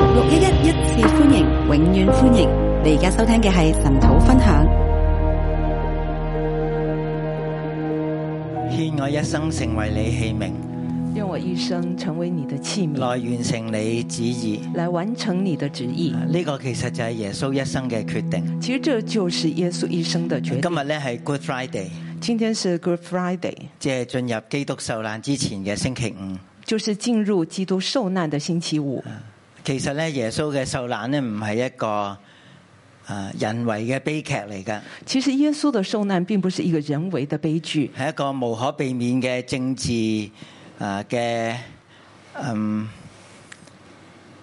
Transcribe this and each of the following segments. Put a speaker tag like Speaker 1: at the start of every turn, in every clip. Speaker 1: 一次歡迎，永遠歡迎！你而家收聽嘅係神土分享。
Speaker 2: 獻我一生成為你器皿，
Speaker 3: 愿我一生成为你的器皿，
Speaker 2: 來完成你旨意。啊
Speaker 3: 来完成你的旨意。
Speaker 2: 呢、個其實就係耶穌一生嘅決定。
Speaker 3: 其实这就是耶稣一生的决定。
Speaker 2: 今日咧係 Good Friday，
Speaker 3: 今天是 Good Friday，
Speaker 2: 即係進入基督受難之前嘅星期五。
Speaker 3: 就是进入基督受难的星期五。
Speaker 2: 嗯其實咧，耶穌嘅受難咧唔係一個啊人為嘅悲劇嚟㗎，
Speaker 3: 其实耶稣的受難并不是一个人为的悲剧，
Speaker 2: 係一個無可避免嘅政治啊嘅嗯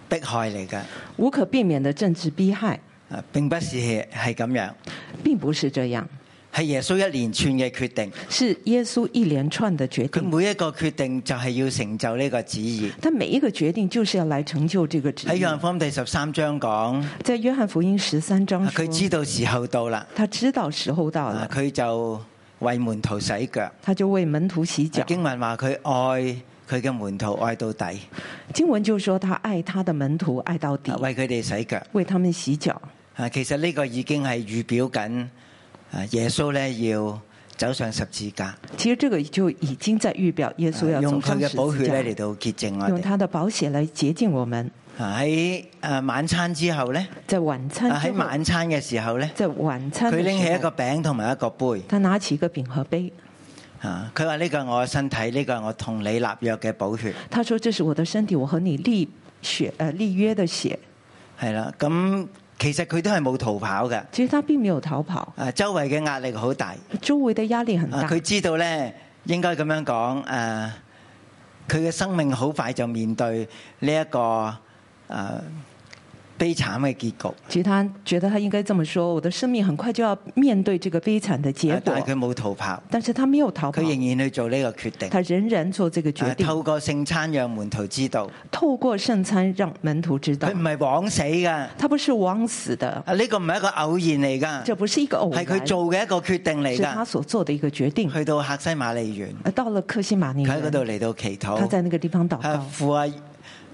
Speaker 2: 迫害嚟㗎。
Speaker 3: 无可避免的政治迫害，
Speaker 2: 啊，並不是係咁樣，
Speaker 3: 并不是这样，
Speaker 2: 係耶穌一連串嘅決定。
Speaker 3: 是耶稣一连串的决
Speaker 2: 佢
Speaker 3: 定。
Speaker 2: 每一個決定就係要成就呢個旨意。
Speaker 3: 他每一个决定就是要来成就这个旨
Speaker 2: 喺
Speaker 3: 意
Speaker 2: 約。翰福音第十三章講，
Speaker 3: 在约翰福音十三章
Speaker 2: 佢
Speaker 3: 说，
Speaker 2: 知道時候到啦，
Speaker 3: 他知道时候到
Speaker 2: 啊
Speaker 3: 了，
Speaker 2: 佢就為門徒洗腳。
Speaker 3: 他就为门徒洗脚。
Speaker 2: 經文話佢愛佢嘅門徒愛到底，
Speaker 3: 经文就说他爱他的门徒爱到底
Speaker 2: 啊，為佢哋洗腳。
Speaker 3: 为他们洗脚。
Speaker 2: 啊，其實呢個已經係預表緊啊耶穌咧要走上十字架，
Speaker 3: 其实这个就已经在预表耶稣要走
Speaker 2: 啊用佢
Speaker 3: 上十
Speaker 2: 嘅寶
Speaker 3: 字
Speaker 2: 血
Speaker 3: 架，
Speaker 2: 咧嚟啊到潔淨我
Speaker 3: 用
Speaker 2: 哋。
Speaker 3: 他的宝血来洁净我们。
Speaker 2: 啊喺啊晚餐之後咧，
Speaker 3: 在晚餐
Speaker 2: 啊
Speaker 3: 之
Speaker 2: 喺
Speaker 3: 后
Speaker 2: 晚餐嘅時候咧，
Speaker 3: 在晚餐
Speaker 2: 佢
Speaker 3: 的
Speaker 2: 拎起一
Speaker 3: 时
Speaker 2: 個
Speaker 3: 候，
Speaker 2: 餅同埋一個杯。
Speaker 3: 他拿起一个饼和杯，
Speaker 2: 啊！佢話呢個係我嘅身體，呢、個係我同你立約嘅寶血，
Speaker 3: 他说：“这是我的身体，我和你立血呃立约的血。
Speaker 2: 係啦。咁其實佢都係冇逃跑嘅。”
Speaker 3: 其实他并没有逃跑，
Speaker 2: 啊，周圍嘅壓力好大。
Speaker 3: 周围的压力很
Speaker 2: 啊，
Speaker 3: 大
Speaker 2: 佢。知道咧，應該咁樣講。诶、佢嘅生命好快就面對呢、一個诶、啊悲慘嘅結局。
Speaker 3: 其实他觉得他应该这么说：“我的生命很快就要面对这个悲惨的结
Speaker 2: 啊但係佢
Speaker 3: 果。
Speaker 2: 冇逃跑”，
Speaker 3: 但是他没有逃
Speaker 2: 佢仍
Speaker 3: 跑，
Speaker 2: 然去做呢個決定。
Speaker 3: 他仍然做这个
Speaker 2: 啊
Speaker 3: 决定，
Speaker 2: 透過聖餐讓門徒知道，
Speaker 3: 透过圣餐让门徒知道
Speaker 2: 佢唔，係枉死㗎。啊，
Speaker 3: 他不是枉死的，
Speaker 2: 呢、個唔係一個偶然嚟㗎，
Speaker 3: 这不是一个偶
Speaker 2: 係
Speaker 3: 然，
Speaker 2: 佢做嘅一個決定嚟
Speaker 3: 是他
Speaker 2: 㗎。
Speaker 3: 所做的一个决定。
Speaker 2: 去到客西馬利園。
Speaker 3: 而到了克西马尼
Speaker 2: 佢喺嗰度
Speaker 3: 园，
Speaker 2: 嚟到祈
Speaker 3: 嗯他在
Speaker 2: 禱，
Speaker 3: 那个地方祷
Speaker 2: 啊
Speaker 3: 告，
Speaker 2: 父啊，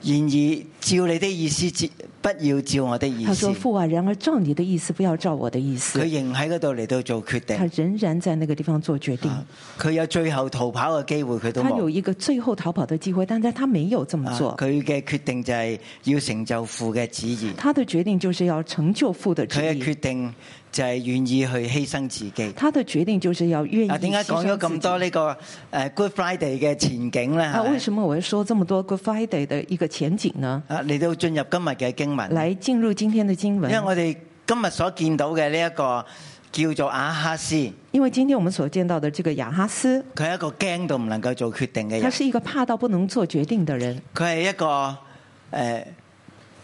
Speaker 2: 然而照你的意思，照不要照我的意
Speaker 3: 他
Speaker 2: 思
Speaker 3: 说：“。父啊，然而照你的意思，不要照我的意思。
Speaker 2: 佢”仍喺嗰度嚟到做決
Speaker 3: 他
Speaker 2: 定，
Speaker 3: 仍然在那个地方做决定。
Speaker 2: 佢有最後逃跑嘅機會，佢啊都
Speaker 3: 他有
Speaker 2: 冇。
Speaker 3: 一个最后逃跑的机会，但是他没有这么
Speaker 2: 啊
Speaker 3: 做。
Speaker 2: 佢嘅決定就係要成就父嘅旨意，
Speaker 3: 他的决定就是要成就父的旨
Speaker 2: 佢嘅
Speaker 3: 意
Speaker 2: 決，定就係願意去犧牲自己。
Speaker 3: 他的决定就是要愿意
Speaker 2: 啊，點解講咗
Speaker 3: 牺牲自
Speaker 2: 咁
Speaker 3: 己
Speaker 2: 多呢個誒 Good Friday 嘅前景咧？
Speaker 3: 啊？为
Speaker 2: 係
Speaker 3: 什么我要说这么多 Good Friday 的一个前景呢？
Speaker 2: 咪啊，嚟到進入今日嘅經文，
Speaker 3: 来进入今天的经
Speaker 2: 因
Speaker 3: 文
Speaker 2: 為，我哋今日所見到嘅呢一個叫做亞哈斯。
Speaker 3: 因为今天我们所见到的这个亚哈斯，
Speaker 2: 佢係一個驚到唔能夠做決定嘅
Speaker 3: 他
Speaker 2: 人，
Speaker 3: 是一个怕到不能做决定的人，
Speaker 2: 佢係一個诶、呃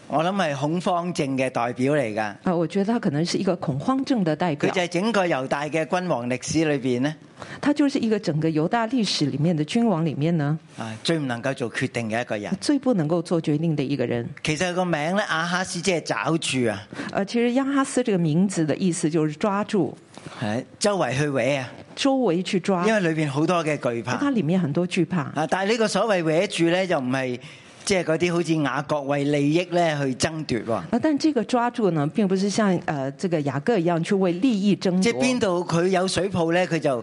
Speaker 2: 我諗係恐慌症嘅代表嚟噶。
Speaker 3: 啊，我觉得他可能是一个恐慌症的代
Speaker 2: 佢
Speaker 3: 表
Speaker 2: 就，係整個猶大嘅君王歷史裏边咧，
Speaker 3: 他就是一个整个犹大历史里面的君王里面呢
Speaker 2: 啊最唔能夠做決定嘅一個人。
Speaker 3: 最不能够做决定的一个人。
Speaker 2: 其實佢個名咧，亞哈斯即係抓住啊，
Speaker 3: 呃，其实亚哈斯这个名字的意思就是抓住，
Speaker 2: 係周圍去搲啊，
Speaker 3: 周围去抓，
Speaker 2: 因為裏边好多嘅惧怕
Speaker 3: 它里面很多惧怕。
Speaker 2: 啊。但係呢個所謂搲住咧，又唔係即係嗰啲好似雅各為利益咧去爭奪喎。
Speaker 3: 啊，但这个抓住呢，并不是像呃这个雅各一样去为利益争
Speaker 2: 即
Speaker 3: 夺
Speaker 2: 係，邊度佢有水泡咧，佢就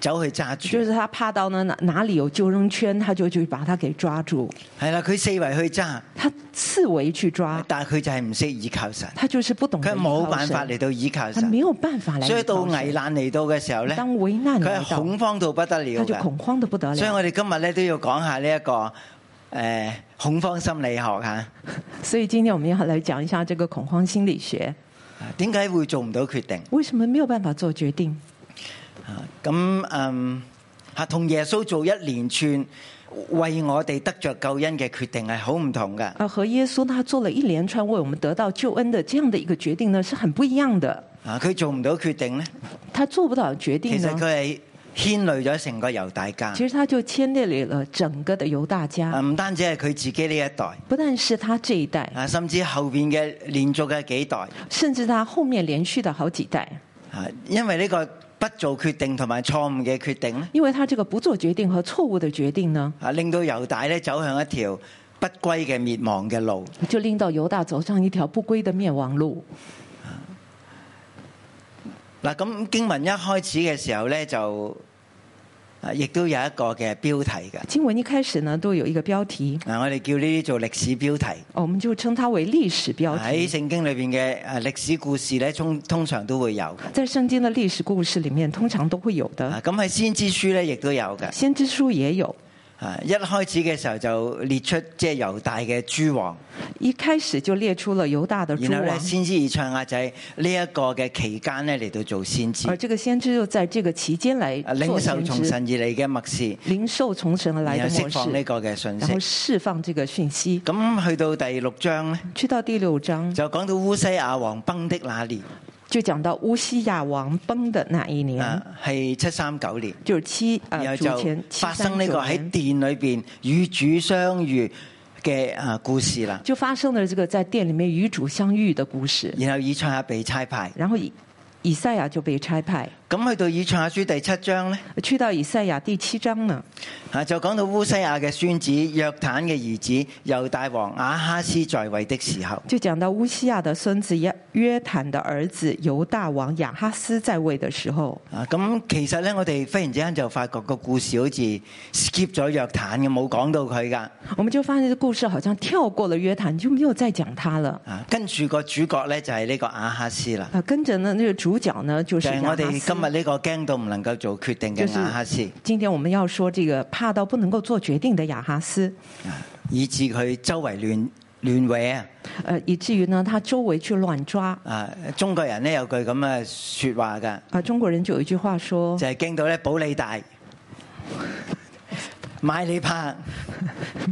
Speaker 2: 走去揸住
Speaker 3: 就。是他怕到呢哪哪里有救生圈，他就去把它给抓住，
Speaker 2: 係啦，佢四圍去揸。
Speaker 3: 他四围去抓，
Speaker 2: 但係佢就係唔識倚靠神，
Speaker 3: 他就是不懂得
Speaker 2: 佢
Speaker 3: 依
Speaker 2: 冇
Speaker 3: 靠
Speaker 2: 辦法
Speaker 3: 神，
Speaker 2: 嚟到倚靠
Speaker 3: 他没
Speaker 2: 神，
Speaker 3: 有办法来依靠神。
Speaker 2: 所以到危難嚟到嘅時候咧，
Speaker 3: 当危难
Speaker 2: 佢
Speaker 3: 来
Speaker 2: 係
Speaker 3: 到，
Speaker 2: 恐慌到不得了
Speaker 3: 他就
Speaker 2: 嘅。
Speaker 3: 恐慌的不得
Speaker 2: 所以
Speaker 3: 了。
Speaker 2: 我哋今日咧都要講下呢、一個诶、呃恐慌心理學吓，
Speaker 3: 所以今天我们要来讲一下这个恐慌心理学，
Speaker 2: 點解會做唔到決定？
Speaker 3: 为什么没有办法做决定？
Speaker 2: 啊咁嗯吓，同耶穌做一連串為我哋得着救恩嘅決定係好唔同嘅。
Speaker 3: 呃，和耶稣他做了一连串为我们得到救恩的这样的一个决定呢，是很不一样的。
Speaker 2: 啊，佢做唔到決定咧，
Speaker 3: 他做不到决定
Speaker 2: 其實
Speaker 3: 呢，
Speaker 2: 佢係牽累咗成個猶大家，
Speaker 3: 其实他就牵累了整个的犹大
Speaker 2: 啊
Speaker 3: 家，
Speaker 2: 唔單止係佢自己呢一代。
Speaker 3: 不但是他这一代，
Speaker 2: 啊，甚至後邊嘅連續嘅幾代，
Speaker 3: 甚至他后面连续的好几代，
Speaker 2: 啊，因為呢個不做決定同埋錯誤嘅決定咧，
Speaker 3: 因为他这个不做决定和错误的决定呢，
Speaker 2: 啊，令到猶大咧走向一條不歸嘅滅亡嘅路。
Speaker 3: 就令到猶大走上一條不歸的滅亡路。
Speaker 2: 嗱，咁經文一開始嘅時候咧，就啊亦都有一個嘅標題嘅。啊
Speaker 3: 經文一開始呢，都有一個標題，
Speaker 2: 嗱，我哋叫呢啲做歷史標題。
Speaker 3: 哦我們就稱它為歷史標
Speaker 2: 喺
Speaker 3: 題。
Speaker 2: 聖經裏邊嘅誒歷史故事咧，通通常都會有嘅。
Speaker 3: 在聖經的歷史故事裡面，通常都會有的
Speaker 2: 啊，。咁喺先知書咧，亦都有嘅。
Speaker 3: 先知書也有，
Speaker 2: 啊，一開始嘅時候就列出即係猶大嘅諸王，
Speaker 3: 一開始就列出了猶大的諸
Speaker 2: 然後咧
Speaker 3: 王，
Speaker 2: 先知以賽亞就喺呢一個嘅期間咧嚟到做先知，
Speaker 3: 而這個先知就在這個期間來
Speaker 2: 啊領
Speaker 3: 做
Speaker 2: 受
Speaker 3: 先
Speaker 2: 從
Speaker 3: 知，
Speaker 2: 神而嚟嘅默示，
Speaker 3: 領受從神而來
Speaker 2: 然
Speaker 3: 的
Speaker 2: 後
Speaker 3: 模
Speaker 2: 釋放呢
Speaker 3: 式，
Speaker 2: 個嘅信
Speaker 3: 然後
Speaker 2: 息。
Speaker 3: 釋放這個訊息。
Speaker 2: 咁去到第六章咧，
Speaker 3: 去到第六章，
Speaker 2: 就講到烏西亞王崩的那年，
Speaker 3: 就講到烏西亞王崩的那一年，
Speaker 2: 啊係七三九年，
Speaker 3: 就是七
Speaker 2: 然
Speaker 3: 呃
Speaker 2: 後
Speaker 3: 嗯主
Speaker 2: 就
Speaker 3: 前七
Speaker 2: 發生呢
Speaker 3: 三
Speaker 2: 個
Speaker 3: 九年
Speaker 2: 喺殿裏邊與主相遇嘅啊故事啦。
Speaker 3: 就發生了這個在店裡面與主相遇的故事。
Speaker 2: 然後以賽亞被差派，
Speaker 3: 然後以以賽亞就被差派，
Speaker 2: 咁去到以賽亞書第七章咧。
Speaker 3: 去到以賽亞第七章呢，
Speaker 2: 啊，就講到烏西亞嘅孫子約坦嘅兒子猶大王亞哈斯在位的時候，
Speaker 3: 就講到烏西亞的孫子約約坦的兒子猶大王亞哈斯在位的時候。
Speaker 2: 啊，咁其實咧，我哋忽然之間就發覺個故事好似 skip 咗約坦嘅，冇講到佢噶。
Speaker 3: 我們就發現這故事好像跳過了約坦，就沒有再講他了。
Speaker 2: 啊，跟住個主角咧就係呢個亞哈斯啦，
Speaker 3: 啊，跟着呢，那個主角呢，就是
Speaker 2: 就係
Speaker 3: 亞
Speaker 2: 我
Speaker 3: 哈
Speaker 2: 哋
Speaker 3: 斯
Speaker 2: 今。日呢個驚到唔能夠做決定嘅亞哈斯，
Speaker 3: 今天我們要說這個怕到不能夠做決定的亞哈斯，
Speaker 2: 啊以致佢周圍亂亂搲啊！
Speaker 3: 呃，以至於呢，他周圍去亂抓。
Speaker 2: 啊，中國人咧有句咁嘅説話㗎，
Speaker 3: 啊，中國人就有一句話說，
Speaker 2: 就係、驚到咧保你大，買你怕。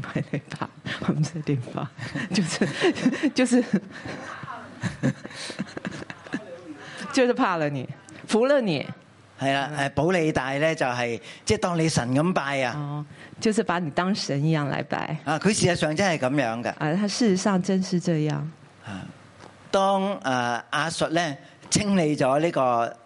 Speaker 3: 买雷吧，我们在地方，就是就是 就是怕了你，服了你，
Speaker 2: 係啦，誒保利大咧就係、即係當你神咁拜啊！
Speaker 3: 哦，就是把你當神一樣來拜。
Speaker 2: 啊，佢事實上真係咁樣嘅。
Speaker 3: 啊，他事實上真是這樣。
Speaker 2: 當誒亞述咧清理咗呢個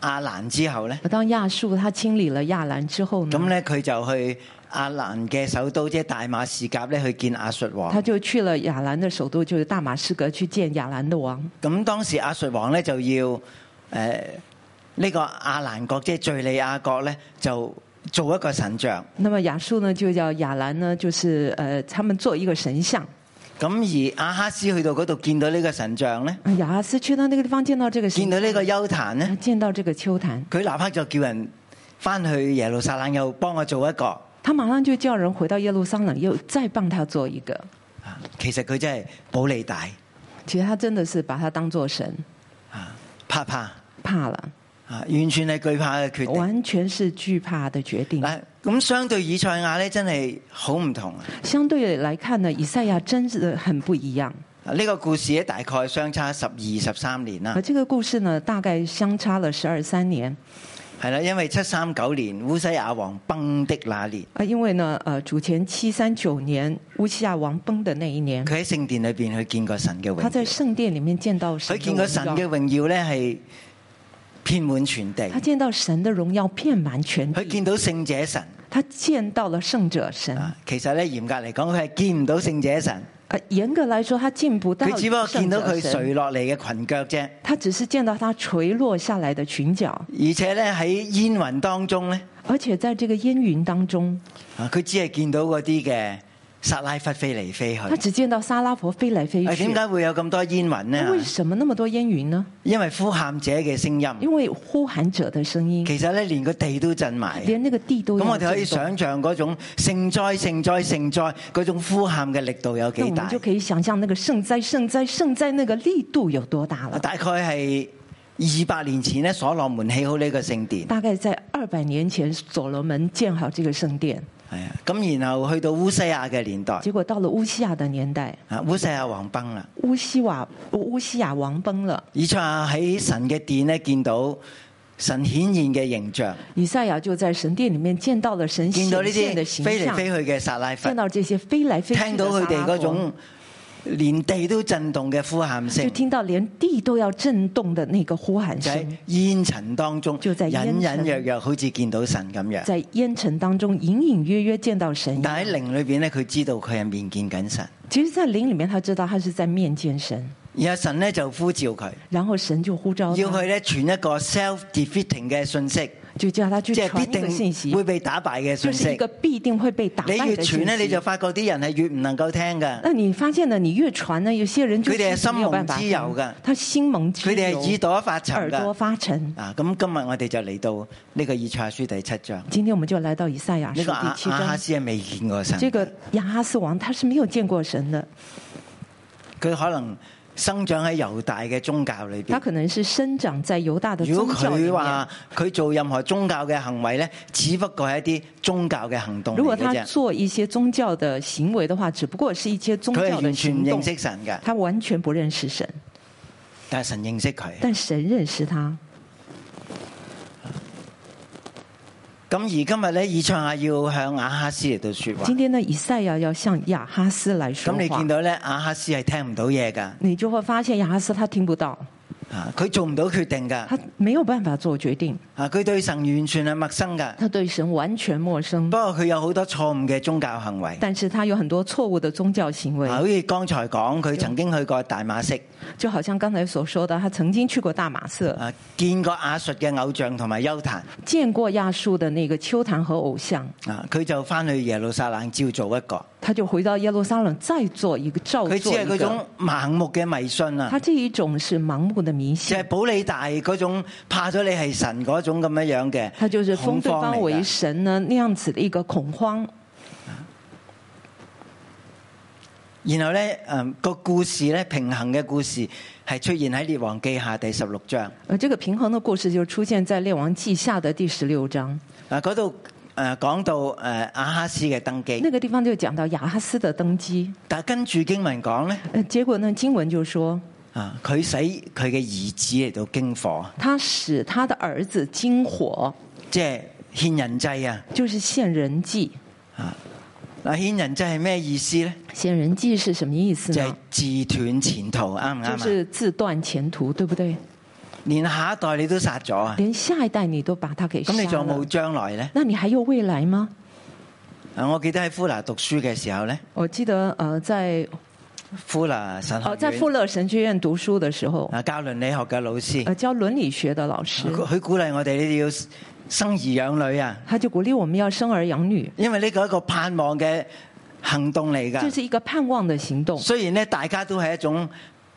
Speaker 2: 亞蘭之後咧，
Speaker 3: 當亞述他清理了亞蘭之後
Speaker 2: 咁
Speaker 3: 呢，
Speaker 2: 咧佢就去亞蘭嘅首都即係大馬士革咧去見亞述
Speaker 3: 他
Speaker 2: 王。
Speaker 3: 就去了亞蘭的首都，就是大馬士革，去見亞蘭的王。
Speaker 2: 咁當時亞述王咧就要誒呢、個亞蘭國即係敍利亞國咧就做一個神像。
Speaker 3: 那麼亞述呢，就叫亞蘭呢，就是呃，他們做一個神像。
Speaker 2: 咁而亞哈斯去到嗰度見到呢個神像咧，
Speaker 3: 啊亞哈斯去到那個地方，見到這個神
Speaker 2: 見到呢個丘壇咧
Speaker 3: 啊。見到這個丘壇，
Speaker 2: 佢立刻就叫人翻去耶路撒冷，又幫我做一個。
Speaker 3: 他馬上就叫人回到耶路撒冷，又再幫他做一個。
Speaker 2: 啊其實佢真係保利大
Speaker 3: 其實他真的是把他當做神，
Speaker 2: 啊，怕怕啊，
Speaker 3: 怕了，
Speaker 2: 完全係懼怕嘅決定。
Speaker 3: 完全是懼怕的決定。
Speaker 2: 嗱，咁相對以賽亞咧，真係好唔同啊！
Speaker 3: 相對來看呢，以賽亞真的很不一樣。
Speaker 2: 啊呢、個故事咧，大概相差十二十三年啦
Speaker 3: 而，這個故事呢，大概相差了十二三年。
Speaker 2: 係啦，因為七三九年烏西亞王崩的那年，
Speaker 3: 啊，因為呢，呃，主前七三九年烏西亞王崩的那一年，
Speaker 2: 佢喺聖殿裏邊去見過神嘅榮
Speaker 3: 他在
Speaker 2: 耀，
Speaker 3: 聖殿裡面見到神
Speaker 2: 佢
Speaker 3: 的
Speaker 2: 見過神
Speaker 3: 榮
Speaker 2: 嘅
Speaker 3: 耀，
Speaker 2: 榮耀咧係遍滿全地
Speaker 3: 他，見到神的榮耀遍滿全
Speaker 2: 佢
Speaker 3: 地，
Speaker 2: 見到聖者神
Speaker 3: 他見到了聖者神。
Speaker 2: 啊，其實咧嚴格嚟講，佢係見唔到聖者神。
Speaker 3: 呃，嚴格來說，他見不到
Speaker 2: 佢只不過見
Speaker 3: 聖
Speaker 2: 到
Speaker 3: 者
Speaker 2: 佢
Speaker 3: 神，
Speaker 2: 垂落嚟嘅裙腳啫，
Speaker 3: 他只是見到他垂落下來的裙角，
Speaker 2: 而且咧喺煙雲當中咧，
Speaker 3: 而且在這個煙雲當中，
Speaker 2: 啊佢只係見到嗰啲嘅撒拉弗飛嚟飛去。
Speaker 3: 他只見到撒拉婆飛來飛
Speaker 2: 啊
Speaker 3: 去
Speaker 2: 點。解會有咁多煙雲
Speaker 3: 那為
Speaker 2: 呢？啊
Speaker 3: 什麼那麼多煙雲呢？
Speaker 2: 因為呼喊者嘅聲音，
Speaker 3: 因為呼喊者的聲音，
Speaker 2: 其實咧連個地都震埋。
Speaker 3: 連那個地都
Speaker 2: 咁
Speaker 3: 要
Speaker 2: 我哋可以
Speaker 3: 震動
Speaker 2: 想象嗰種聖災、聖災、聖災嗰種呼喊嘅力度有
Speaker 3: 那
Speaker 2: 幾
Speaker 3: 我們
Speaker 2: 大
Speaker 3: 就？可以想象那個聖哉、聖哉、聖哉那個力度有多大了。
Speaker 2: 啊大概係二百年前咧，所羅門起好呢個聖殿，
Speaker 3: 大概在二百年前，所羅門建好這個聖殿，
Speaker 2: 係啊。咁然後去到烏西亞嘅年代，
Speaker 3: 結果到了烏西亞的年代，
Speaker 2: 啊烏西亞王崩啦。
Speaker 3: 烏西瓦烏西亞王崩了，
Speaker 2: 以賽亞喺神嘅殿咧，見到神顯現嘅形象，
Speaker 3: 以賽亞就在神殿裡面見到了神
Speaker 2: 見到呢
Speaker 3: 顯現
Speaker 2: 啲
Speaker 3: 的形
Speaker 2: 飛嚟
Speaker 3: 象，
Speaker 2: 飛去嘅撒拉弗
Speaker 3: 見，到這些飛來飛去
Speaker 2: 聽到
Speaker 3: 的
Speaker 2: 佢
Speaker 3: 撒
Speaker 2: 哋
Speaker 3: 拉伯
Speaker 2: 嗰種連地都震動嘅呼喊
Speaker 3: 就
Speaker 2: 聲，
Speaker 3: 听到连地都要震動的那個呼喊
Speaker 2: 就喺
Speaker 3: 聲，
Speaker 2: 煙塵當中，
Speaker 3: 就在煙
Speaker 2: 隱
Speaker 3: 塵
Speaker 2: 隱約約好似見到神咁樣。
Speaker 3: 在煙塵當中隱隱約約見到神。
Speaker 2: 但喺靈裏邊咧，佢知道佢係面見緊神，
Speaker 3: 其實，在靈裡面，他知道他是在面見神，
Speaker 2: 然後神咧就呼召佢，
Speaker 3: 然後神就呼召
Speaker 2: 要佢
Speaker 3: 他，
Speaker 2: 咧傳一個 self-defeating 嘅信息，
Speaker 3: 就叫他去
Speaker 2: 即
Speaker 3: 傳
Speaker 2: 係必
Speaker 3: 一個信息
Speaker 2: 定會，被打敗嘅
Speaker 3: 就
Speaker 2: 信
Speaker 3: 是一
Speaker 2: 息
Speaker 3: 個。必定會被打
Speaker 2: 你越
Speaker 3: 敗的
Speaker 2: 傳
Speaker 3: 信
Speaker 2: 咧，你
Speaker 3: 息
Speaker 2: 就。發覺啲人係越唔能夠聽㗎。
Speaker 3: 那你發現呢？你越傳呢，有些人就
Speaker 2: 佢哋係
Speaker 3: 是沒有辦法
Speaker 2: 心蒙之油㗎
Speaker 3: 聽他心蒙之
Speaker 2: 佢哋係耳
Speaker 3: 油，
Speaker 2: 朵發沉
Speaker 3: 耳朵
Speaker 2: 㗎。
Speaker 3: 發沉。
Speaker 2: 啊，咁今日我哋就嚟到呢個以賽亞書第七章，呢、
Speaker 3: 今天我們就來到以賽亞
Speaker 2: 個亞
Speaker 3: 啊書第七
Speaker 2: 亞哈
Speaker 3: 章。
Speaker 2: 斯係未見過啊神，
Speaker 3: 這個亞哈斯王他是沒有見過神的，
Speaker 2: 佢可能生長喺猶大嘅宗教裏
Speaker 3: 他
Speaker 2: 邊。
Speaker 3: 可能是生長在猶大的
Speaker 2: 如
Speaker 3: 宗
Speaker 2: 果
Speaker 3: 教裏
Speaker 2: 佢
Speaker 3: 面
Speaker 2: 話。佢做任何宗教嘅行為呢，只不過係一啲宗教嘅行動
Speaker 3: 如果
Speaker 2: 嚟嘅
Speaker 3: 他
Speaker 2: 啫，
Speaker 3: 做一些宗教的行為的話，只不過是一些宗
Speaker 2: 佢係
Speaker 3: 教的
Speaker 2: 完全唔
Speaker 3: 行動
Speaker 2: 認。識神嘅，
Speaker 3: 他完全不認識神，
Speaker 2: 但係神認識佢。
Speaker 3: 但神認識他。
Speaker 2: 咁而今日呢，以賽亞要向亞哈斯嚟到説話
Speaker 3: 今，天呢，以賽亞要向亞哈斯來說
Speaker 2: 咁你
Speaker 3: 話
Speaker 2: 見，到呢，亞哈斯係聽唔到嘢㗎，
Speaker 3: 你就會發現亞哈斯他聽不到，
Speaker 2: 啊，佢做唔到決定㗎，
Speaker 3: 他沒有辦法做決定，
Speaker 2: 啊，佢對神完全係陌生㗎。
Speaker 3: 他對神完全陌生
Speaker 2: 不。過佢有好多錯誤嘅宗教行為，
Speaker 3: 但是他有很多錯誤的宗教行為
Speaker 2: 啊，好似剛才講，佢曾經去過大馬色，
Speaker 3: 就好像剛才所說的，他曾經去過大馬色，
Speaker 2: 啊，見過亞述嘅偶像同埋丘壇，
Speaker 3: 見過亞述的那個丘壇和偶像，
Speaker 2: 啊，佢就翻去耶路撒冷照做一個，
Speaker 3: 他就回到耶路撒冷再做一個照
Speaker 2: 佢只
Speaker 3: 做
Speaker 2: 係嗰
Speaker 3: 一個。
Speaker 2: 種盲目嘅迷信啊
Speaker 3: 他，這一種是盲目的
Speaker 2: 就
Speaker 3: 迷信
Speaker 2: 係，保你大嗰種怕咗你係神嗰種咁樣樣
Speaker 3: 他就
Speaker 2: 嘅
Speaker 3: 是封
Speaker 2: 恐
Speaker 3: 對
Speaker 2: 慌
Speaker 3: 方
Speaker 2: 嚟
Speaker 3: 為
Speaker 2: 㗎。
Speaker 3: 神呢那樣子的一個恐慌。
Speaker 2: 然後呢，誒、個故事呢，平衡嘅故事係出現喺列王記下第十六章，
Speaker 3: 而這個呃平衡的故事就出現在《列王記下》的第十六章，
Speaker 2: 啊，嗰度誒講到誒、亞哈斯嘅登基，
Speaker 3: 那個地方就講到亞哈斯的登基。
Speaker 2: 但係跟住經文講呢。
Speaker 3: 呃，結果呢，經文就說
Speaker 2: 啊！佢使佢嘅兒子嚟到經火，
Speaker 3: 他使他的兒子經火，
Speaker 2: 即係獻人祭啊！
Speaker 3: 就是獻人祭。
Speaker 2: 嗱，獻人祭係咩意思呢？
Speaker 3: 獻人祭是什麼意思
Speaker 2: 就
Speaker 3: 呢
Speaker 2: 係？自斷前途，啱唔
Speaker 3: 就
Speaker 2: 啱啊？
Speaker 3: 是自斷前途，對不對？
Speaker 2: 連下一代你都殺咗啊！
Speaker 3: 連下一代你都把他給殺
Speaker 2: 咁
Speaker 3: 了，
Speaker 2: 你仲有冇將來呢？
Speaker 3: 那你還有未來嗎？
Speaker 2: 啊，我記得喺富拿讀書嘅時候呢，
Speaker 3: 我記得呃，在
Speaker 2: 富拿神學
Speaker 3: 呃在富
Speaker 2: 院
Speaker 3: 勒神學院讀書的時候，
Speaker 2: 啊教倫理學嘅老師，
Speaker 3: 呃，教倫理學的老師，
Speaker 2: 佢佢鼓勵我哋你哋要生兒養女啊，
Speaker 3: 他就鼓勵我們要生兒養女，
Speaker 2: 因為呢個係一個盼望嘅行動嚟
Speaker 3: 这
Speaker 2: 㗎。
Speaker 3: 是一個盼望的行動。
Speaker 2: 雖然呢，大家都係一種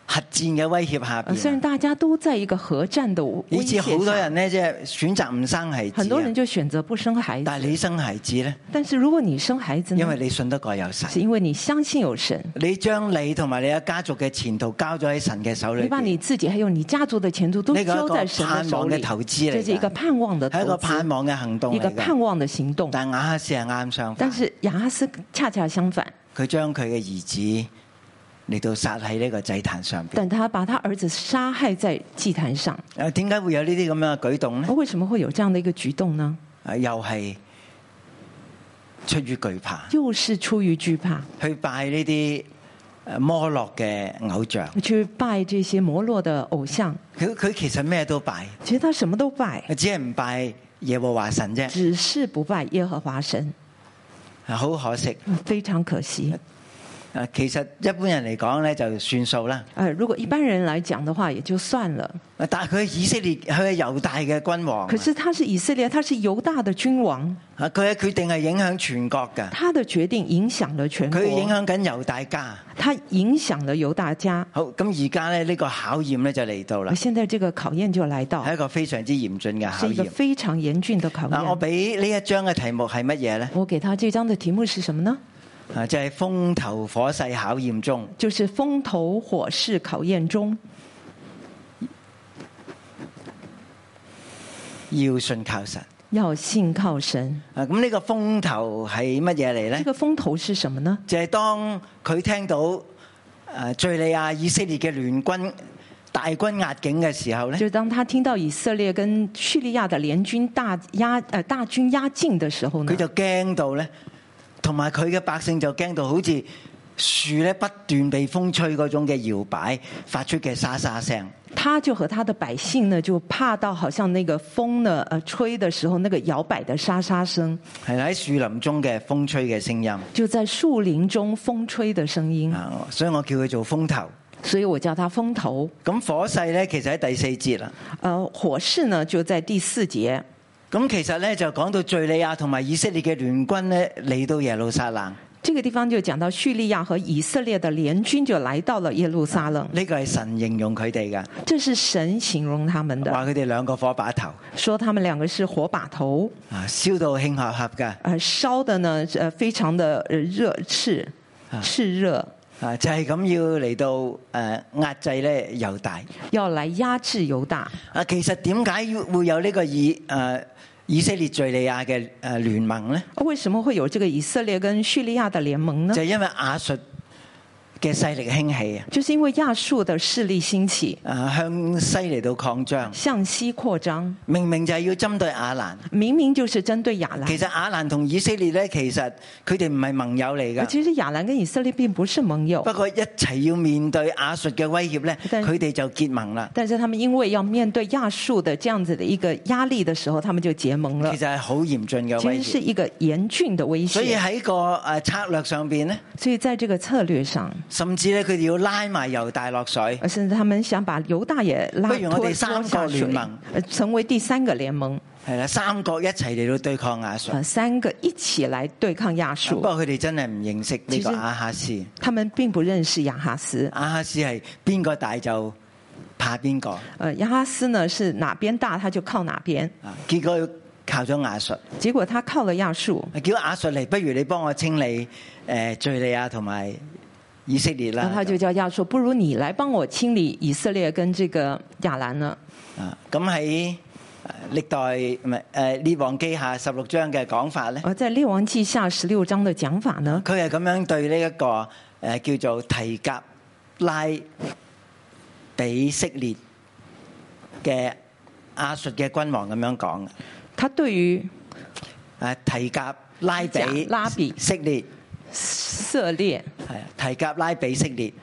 Speaker 2: 核戰嘅威脅下
Speaker 3: 呃
Speaker 2: 邊
Speaker 3: 虽然
Speaker 2: 啊。
Speaker 3: 大家都在一個核戰的威
Speaker 2: 以至好
Speaker 3: 脅
Speaker 2: 多
Speaker 3: 下，
Speaker 2: 人呢，即係選擇唔生孩子啊，
Speaker 3: 很多人就選擇不生孩子。
Speaker 2: 但係你生孩子呢，
Speaker 3: 但是如果你生孩子
Speaker 2: 因
Speaker 3: 呢
Speaker 2: 為，你信得過有神，
Speaker 3: 嗯是因為你相信有神，
Speaker 2: 你將你同埋你嘅家族嘅前途交咗喺神嘅手裏
Speaker 3: 你把
Speaker 2: 邊，
Speaker 3: 你自己還有你家族的前途都
Speaker 2: 呢個係一
Speaker 3: 交
Speaker 2: 個
Speaker 3: 在神的
Speaker 2: 盼
Speaker 3: 手
Speaker 2: 望嘅
Speaker 3: 裏，
Speaker 2: 投資嚟㗎
Speaker 3: 這是一個盼望的投
Speaker 2: 係一個盼
Speaker 3: 資，
Speaker 2: 望嘅行動
Speaker 3: 一個
Speaker 2: 嚟
Speaker 3: 盼
Speaker 2: 嘅。
Speaker 3: 望的行動。
Speaker 2: 但亞哈斯係啱相反
Speaker 3: 但，是亞哈斯恰恰相反，
Speaker 2: 佢將佢嘅兒子嚟到殺喺呢個祭壇上邊。
Speaker 3: 但他把他兒子殺害在祭壇上。
Speaker 2: 誒點解會有呢啲咁樣嘅舉動呢？
Speaker 3: 為什麼會有這樣的一個舉動呢？
Speaker 2: 啊又係出於懼怕，
Speaker 3: 又是出於懼怕，
Speaker 2: 去拜呢啲誒摩洛嘅偶像。
Speaker 3: 去拜這些摩洛的偶像。
Speaker 2: 佢佢其實咩都拜，
Speaker 3: 其實他什麼都拜，
Speaker 2: 只係唔拜耶和華神啫。
Speaker 3: 只是不拜耶和華神，
Speaker 2: 啊好可惜。
Speaker 3: 非常可惜。
Speaker 2: 啊，其實一般人嚟講咧就算數啦。啊
Speaker 3: 呃，如果一般人來講的話，也就算了。
Speaker 2: 但係佢係以色列，佢係猶大嘅君王啊，
Speaker 3: 可是他是以色列，他是猶大的君王，
Speaker 2: 啊，佢嘅決定係影響全國㗎，
Speaker 3: 他的決定影響了全
Speaker 2: 佢影
Speaker 3: 國，
Speaker 2: 響緊猶大家。
Speaker 3: 他影響了猶大家。
Speaker 2: 好，咁而家咧呢個考驗咧就嚟到啦
Speaker 3: 而，現在這個考驗就來到
Speaker 2: 係，一個非常之嚴峻嘅考
Speaker 3: 是一個
Speaker 2: 驗。啊
Speaker 3: 非常嚴峻的考
Speaker 2: 嗱，我
Speaker 3: 驗。
Speaker 2: 俾呢一章嘅題目係乜嘢咧？
Speaker 3: 我給他這章的題目是什麼呢？
Speaker 2: 啊，就係、風頭火勢考驗中，
Speaker 3: 就是風頭火勢考驗中
Speaker 2: 要信靠神。
Speaker 3: 要信靠神。
Speaker 2: 啊，咁呢個風頭係乜嘢嚟
Speaker 3: 這
Speaker 2: 咧？
Speaker 3: 個風頭是什麼呢？
Speaker 2: 就係當佢聽到誒、啊、敍利亞以色列嘅聯軍大軍壓境嘅時候咧
Speaker 3: 就。是當他聽到以色列跟敘利亞的聯軍大壓呃大軍壓境的時候呢
Speaker 2: 佢，就驚到咧，同埋佢嘅百姓就驚到好似樹咧不斷被風吹嗰種嘅搖擺，發出嘅沙沙聲。
Speaker 3: 他就和他的百姓呢，就怕到好像那个风呢，呃，吹的时候那个摇摆的沙沙声，
Speaker 2: 係啦，喺樹林中嘅風吹嘅聲音
Speaker 3: 就在树林中风吹的声音，
Speaker 2: 啊，所以我叫佢做風頭。
Speaker 3: 所以我叫它风头。
Speaker 2: 咁火勢咧，其實喺第四節啦。
Speaker 3: 呃，火势呢就在第四节，
Speaker 2: 咁其實咧就講到敍利亞同埋以色列嘅聯軍咧嚟到耶路撒冷，
Speaker 3: 这个地方就讲到叙利亚和以色列的联军就来到了耶路撒冷，
Speaker 2: 呢個係神形容佢哋噶，
Speaker 3: 这是神形容他们的，
Speaker 2: 話佢哋兩個火把頭
Speaker 3: 说他们两个是火把头，
Speaker 2: 啊，燒到興合合噶
Speaker 3: 呃，烧的呢呃非常的呃热炽
Speaker 2: 啊，
Speaker 3: 炽热，
Speaker 2: 啊，就係咁要嚟到誒、呃、壓制咧猶大
Speaker 3: 要来压制犹大。
Speaker 2: 啊。其實點解要會有呢個以誒、呃以色列敍利亞嘅誒聯盟咧？
Speaker 3: 为什么会有这个以色列跟叙利亚的联盟呢
Speaker 2: 就？係因為亞述嘅勢力興起啊，
Speaker 3: 就是因为亚述的势力兴起，
Speaker 2: 啊向西嚟到擴張，
Speaker 3: 向西扩張，
Speaker 2: 明明就係要針對亞蘭。
Speaker 3: 明明就是针对亚兰
Speaker 2: 其。實亞蘭同以色列咧，其實佢哋唔係盟友嚟
Speaker 3: 而
Speaker 2: 㗎。
Speaker 3: 其实亚兰跟以色列并不是盟友
Speaker 2: 不，過一齊要面對亞述嘅威脅咧，
Speaker 3: 但
Speaker 2: 佢哋就結盟啦。
Speaker 3: 但是他们因为要面对亚述的这样子的一个壓力的时候，他们就结盟了
Speaker 2: 其。實係好嚴峻嘅
Speaker 3: 其
Speaker 2: 威
Speaker 3: 实是
Speaker 2: 脅。
Speaker 3: 一个严峻的威
Speaker 2: 所以
Speaker 3: 胁，
Speaker 2: 喺個诶策略上边咧，
Speaker 3: 所以在这个策略上，
Speaker 2: 甚至咧佢哋要拉埋猶大落水。
Speaker 3: 呃甚至他们想把犹大也拉
Speaker 2: 不如我
Speaker 3: 拖
Speaker 2: 哋三個
Speaker 3: 拖下水
Speaker 2: 聯盟，
Speaker 3: 呃成为第三个联盟，
Speaker 2: 係啦，三國一齊嚟到對抗亞述。
Speaker 3: 呃，三个一起來對抗亚
Speaker 2: 不
Speaker 3: 述。
Speaker 2: 過佢哋真係唔認識呢個
Speaker 3: 其實
Speaker 2: 亞哈斯。亞
Speaker 3: 他们并不认识亚哈斯，
Speaker 2: 哈斯係邊個大就怕邊個
Speaker 3: 呃，亚哈斯呢是哪边大他就靠哪边，
Speaker 2: 啊？結果靠咗亞述，
Speaker 3: 结果他靠了亚述，
Speaker 2: 叫亞述嚟，不如你幫我清理诶叙利亞同埋以色列
Speaker 3: 然
Speaker 2: 啦
Speaker 3: 后。他就叫亚述，不如你来帮我清理以色列跟这个亚兰呢。
Speaker 2: 啊，咁喺呃歷代唔係誒列王記下十六章嘅講法咧，
Speaker 3: 而在列王记下十六章的讲法呢，
Speaker 2: 佢係咁樣對呢、一個誒、呃叫做提甲拉比色列嘅亞述嘅君王咁樣講嘅
Speaker 3: 他对于
Speaker 2: 啊提甲拉
Speaker 3: 提
Speaker 2: 比
Speaker 3: 甲拉比
Speaker 2: 色列
Speaker 3: 色列
Speaker 2: 係啊提甲拉比色列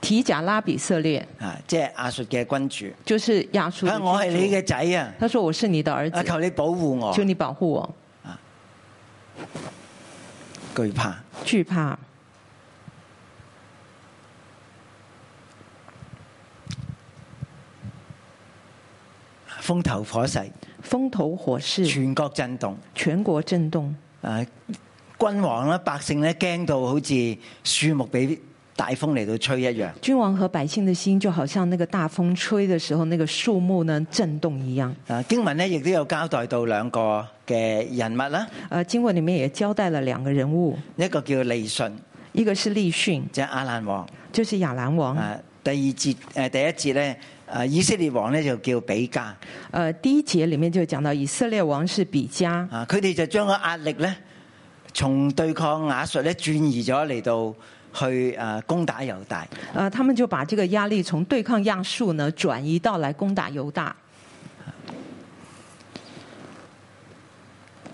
Speaker 3: 提贾拉比色列，
Speaker 2: 啊，即係亞述嘅君
Speaker 3: 就是亚
Speaker 2: 主。
Speaker 3: 述的
Speaker 2: 啊，
Speaker 3: 君主。
Speaker 2: 我係你嘅仔啊！
Speaker 3: 他说我是你的儿
Speaker 2: 啊，
Speaker 3: 子，
Speaker 2: 求你保護我，
Speaker 3: 求你保护我，
Speaker 2: 懼怕。
Speaker 3: 惧怕。
Speaker 2: 風頭火勢，
Speaker 3: 风头火势，
Speaker 2: 全國震動。
Speaker 3: 全国震动，
Speaker 2: 啊，君王啦，百姓咧驚到好似樹木俾大風嚟到吹一樣。
Speaker 3: 君王和百姓的心就好像那个大风吹的时候，那个树木呢震动一样。
Speaker 2: 啊，經文咧亦都有交代到兩個嘅人物啦，
Speaker 3: 呃，经文里面也交代了两个人物，
Speaker 2: 一個叫利順，
Speaker 3: 一个是利逊，
Speaker 2: 即係亞蘭王；
Speaker 3: 就是亚兰王；
Speaker 2: 啊，第二節诶、第一節咧，啊以色列王咧就叫比加。
Speaker 3: 呃，第一节里面就讲到以色列王是比加，
Speaker 2: 啊，佢哋就將個壓力咧，從對抗亞述咧轉移咗嚟到去啊攻打猶大。
Speaker 3: 呃，他们就把这个压力从对抗亚述呢转移到来攻打犹大。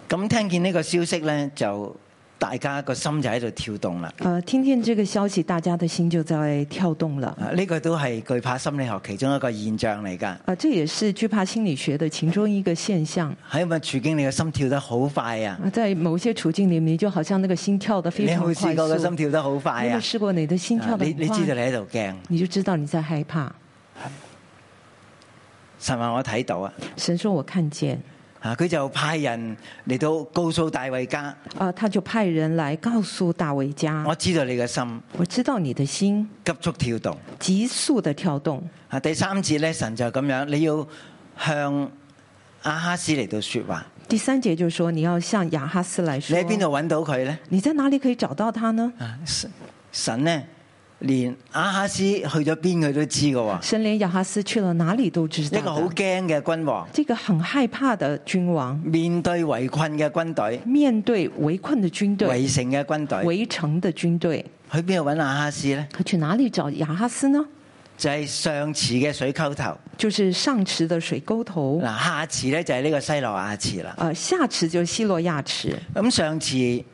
Speaker 2: 咁聽見呢個消息咧，就大家個心就喺度跳動啦。
Speaker 3: 呃，听见这个消息，大家的心就在跳动了。
Speaker 2: 啊！呢個都係懼怕心理學其中一個現象嚟㗎。
Speaker 3: 呃，这也是惧怕心理学的其中一个现象。
Speaker 2: 喺哎咁嘅處境，你個心跳得好快啊！
Speaker 3: 呃在某些处境里面，就好像那个心跳得非
Speaker 2: 你有
Speaker 3: 常
Speaker 2: 冇
Speaker 3: 快速。
Speaker 2: 試過個心跳得好快
Speaker 3: 你有没
Speaker 2: 啊
Speaker 3: 有？试过你的心跳
Speaker 2: 啊
Speaker 3: 得
Speaker 2: 你
Speaker 3: 很
Speaker 2: 你
Speaker 3: 快？
Speaker 2: 知道你喺度驚，
Speaker 3: 你就知道你在害怕。
Speaker 2: 神話我睇到啊！
Speaker 3: 神说：“我看见。
Speaker 2: 啊，佢就派人嚟到告訴大衛家，”
Speaker 3: 呃，他就派人来告诉大卫家
Speaker 2: 我知道你嘅心：“
Speaker 3: 我知道你的心
Speaker 2: 急速跳動。
Speaker 3: 急速的跳動。
Speaker 2: 啊，第三節咧，神就咁樣，你要向阿哈斯嚟到说話。”
Speaker 3: 第三节就说：“你要向亚哈斯来
Speaker 2: 你
Speaker 3: 说。”
Speaker 2: 喺邊度揾到佢咧？
Speaker 3: 你在哪里可以找到他呢？
Speaker 2: 啊，神神咧，連阿哈斯去咗邊佢都知㗎喎，
Speaker 3: 神连亚哈斯去了哪里都知道
Speaker 2: 一個好
Speaker 3: 的。
Speaker 2: 驚嘅君王。
Speaker 3: 这个很害怕的君王，
Speaker 2: 面對圍困嘅軍隊、
Speaker 3: 面對围困的军队、
Speaker 2: 圍城嘅軍隊，
Speaker 3: 围城的军队，
Speaker 2: 去邊度揾阿哈斯呢？
Speaker 3: 他去哪里找亚哈斯呢？
Speaker 2: 就係上池嘅水溝頭，
Speaker 3: 就是上池的水沟头，
Speaker 2: 嗱下池呢，就係呢個西羅亞池啦。
Speaker 3: 呃，下池就是西罗亚池。
Speaker 2: 咁上池誒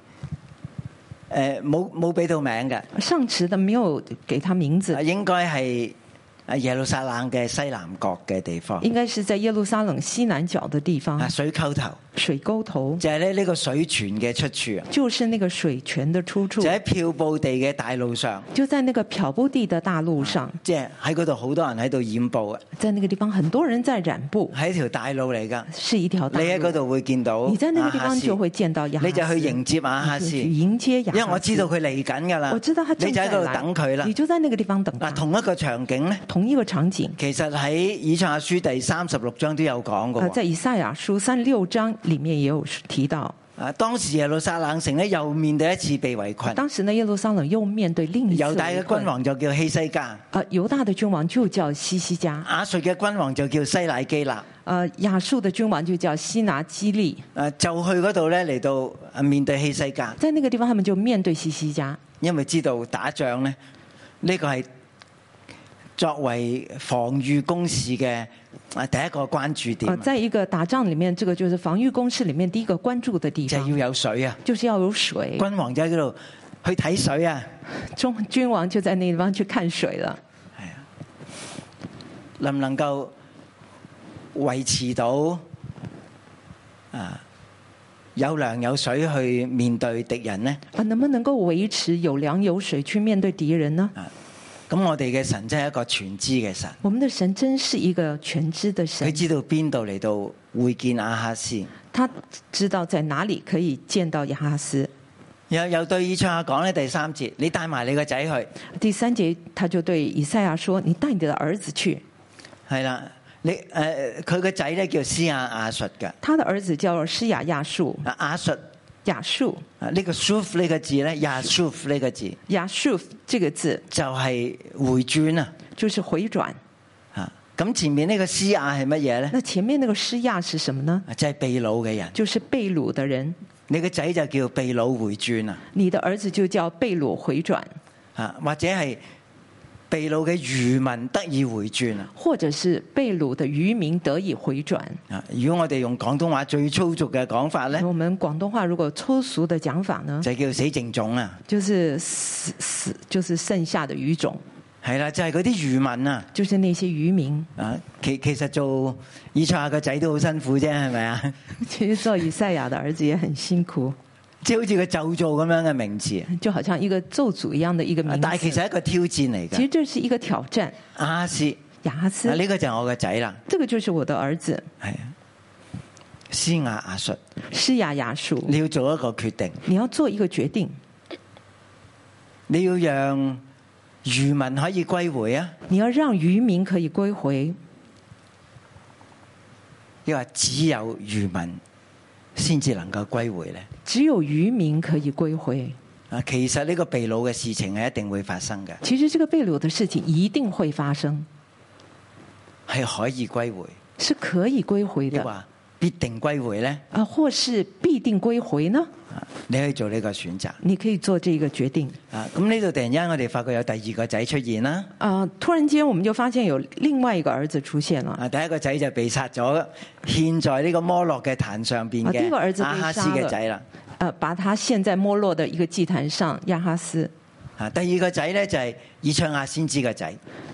Speaker 2: 呃冇冇俾到名嘅，
Speaker 3: 上池的没有给他名字
Speaker 2: 啊，應該係啊耶路撒冷嘅西南角嘅地方，
Speaker 3: 应该是在耶路撒冷西南角的地方
Speaker 2: 啊，水溝頭
Speaker 3: 水沟头
Speaker 2: 就係咧呢個水泉嘅出處啊，
Speaker 3: 就是那个水泉的出处
Speaker 2: 就，喺漂布地嘅大路上，
Speaker 3: 就在那个漂布地的大路上，
Speaker 2: 即係喺嗰度好多人喺度染布嘅，
Speaker 3: 在那个地方很多人在染布，
Speaker 2: 係一條大路嚟㗎。
Speaker 3: 是一条
Speaker 2: 你
Speaker 3: 大
Speaker 2: 喺嗰
Speaker 3: 路。
Speaker 2: 度會見到，啊
Speaker 3: 你在那个地
Speaker 2: 亞哈
Speaker 3: 方
Speaker 2: 斯
Speaker 3: 就会见到亚哈斯，
Speaker 2: 你就去迎接亞哈斯
Speaker 3: 你就去迎接亚哈
Speaker 2: 因
Speaker 3: 斯，
Speaker 2: 為我知道佢嚟緊㗎啦，
Speaker 3: 我知道他
Speaker 2: 你
Speaker 3: 正
Speaker 2: 就喺
Speaker 3: 在
Speaker 2: 嗰度
Speaker 3: 来
Speaker 2: 等佢啦
Speaker 3: 你。就在那个地方等他。
Speaker 2: 嗱，同一個場景咧，
Speaker 3: 同一个场景，
Speaker 2: 其實喺以賽亞書第三十六章都有講
Speaker 3: 呃，
Speaker 2: 嘅
Speaker 3: 在
Speaker 2: 喎。
Speaker 3: 以赛亚书三六章里面也有提到，
Speaker 2: 啊，當時耶路撒冷城咧又面對一次被圍困，
Speaker 3: 啊当时呢耶路撒冷又面对另一次
Speaker 2: 猶嗯大嘅
Speaker 3: 围困
Speaker 2: 君，王就叫希西家，
Speaker 3: 呃，犹大的君王就叫西西家，
Speaker 2: 亞述嘅君王就叫西乃基立。
Speaker 3: 呃，亚述的君王就叫西拿基利，
Speaker 2: 啊，就去嗰度咧嚟到啊面對希西家，
Speaker 3: 在那个地方他们就面对西西家，
Speaker 2: 因為知道打仗咧呢、個係作為防禦工事嘅啊第一個關注啊
Speaker 3: 呃，
Speaker 2: 點，
Speaker 3: 在一个打仗里面，这个就是防御工事里面第一个关注的地
Speaker 2: 就
Speaker 3: 方，
Speaker 2: 係要有水啊。
Speaker 3: 就是要有水。
Speaker 2: 君王就喺嗰度去睇水啊！
Speaker 3: 中君王就在那地方去看水了，
Speaker 2: 能唔能夠維持到啊有糧有水去面對敵人呢？
Speaker 3: 啊，能不能够维持有粮有水去面对敵人呢？
Speaker 2: 咁我哋嘅神真係一個全知嘅神，
Speaker 3: 我们的神真是一个全知的
Speaker 2: 佢
Speaker 3: 神，
Speaker 2: 知道邊度嚟到會見亞哈斯。
Speaker 3: 他知道在哪里可以見到亚哈斯。
Speaker 2: 又又對以賽亞講咧，第三節，你帶埋你個仔去，
Speaker 3: 第三节，他就对以赛亚说：“你带你的儿子去。
Speaker 2: 係啦，你誒佢個仔咧叫施亞亞述嘅，”
Speaker 3: 他的儿子叫施雅亚述，
Speaker 2: 啊亞述
Speaker 3: 亚述，
Speaker 2: 啊呢、個 shuf 呢個字咧，亞 shuf 呢個字
Speaker 3: 亚述这个字
Speaker 2: 就係回轉啊。
Speaker 3: 就是回转。
Speaker 2: 啊，咁前面呢個施亞係乜嘢呢？
Speaker 3: 那前面那个施亚是什么呢？
Speaker 2: 啊即係秘掳嘅人，
Speaker 3: 就是被掳的人，
Speaker 2: 你個仔就叫秘掳回轉啊，
Speaker 3: 你的儿子就叫被掳回转，
Speaker 2: 啊或者係秘掳嘅漁民得以回轉啊。
Speaker 3: 或者是被掳的渔民得以回转。
Speaker 2: 啊，如果我哋用廣東話最粗俗嘅講法呢，
Speaker 3: 我们广东话如果粗俗的讲法呢，
Speaker 2: 就叫死剩種啊，
Speaker 3: 就是死死，就是剩下的鱼种，
Speaker 2: 係啦，就係嗰啲漁民啊。
Speaker 3: 就是那些渔民。
Speaker 2: 啊，其其實做以賽亞個仔都好辛苦啫，係咪啊？
Speaker 3: 其实做以赛亚的儿子也很辛苦，
Speaker 2: 即係好似個咒造咁樣嘅名字，
Speaker 3: 就好像一个咒诅一样的一个名
Speaker 2: 啊
Speaker 3: 字。
Speaker 2: 但係其實係一個挑戰嚟
Speaker 3: 其
Speaker 2: 㗎。
Speaker 3: 实这是一个挑战。
Speaker 2: 亞哈斯，啊
Speaker 3: 雅哈斯，
Speaker 2: 呢個就係我個仔啦，
Speaker 3: 这个就是我的儿子
Speaker 2: 係啊，施亞亞述。
Speaker 3: 施雅雅叔，
Speaker 2: 你要做一個決定，
Speaker 3: 你要做一个决定，
Speaker 2: 你要讓漁民可以歸回啊，
Speaker 3: 你要让渔民可以归回，
Speaker 2: 抑或只有漁民先至能夠歸回呢？
Speaker 3: 只有渔民可以归回。
Speaker 2: 啊，其實呢個被掳嘅事情係一定會發生嘅，
Speaker 3: 其实这个被掳的事情一定会发生，
Speaker 2: 係可以歸回，
Speaker 3: 是可以归回
Speaker 2: 抑
Speaker 3: 的。
Speaker 2: 或必定歸回呢？
Speaker 3: 啊，或是必定归回呢？
Speaker 2: 啊你可以做呢個選擇。
Speaker 3: 你可以做這個決定。
Speaker 2: 啊，咁呢度突然間我哋發覺有第二個仔出現啦。
Speaker 3: 啊、突然間我們就發現有另外一個兒子出現了。
Speaker 2: 啊，第一個仔就被殺咗，獻在呢個摩洛嘅壇上邊
Speaker 3: 啊第一個
Speaker 2: 嘅
Speaker 3: 兒子被
Speaker 2: 阿哈斯
Speaker 3: 殺
Speaker 2: 嘅
Speaker 3: 了
Speaker 2: 仔啦。
Speaker 3: 呃，把他陷在沒落的一個祭壇上，亞哈斯。
Speaker 2: 啊，第二個仔呢，就係以唱亞先知嘅仔，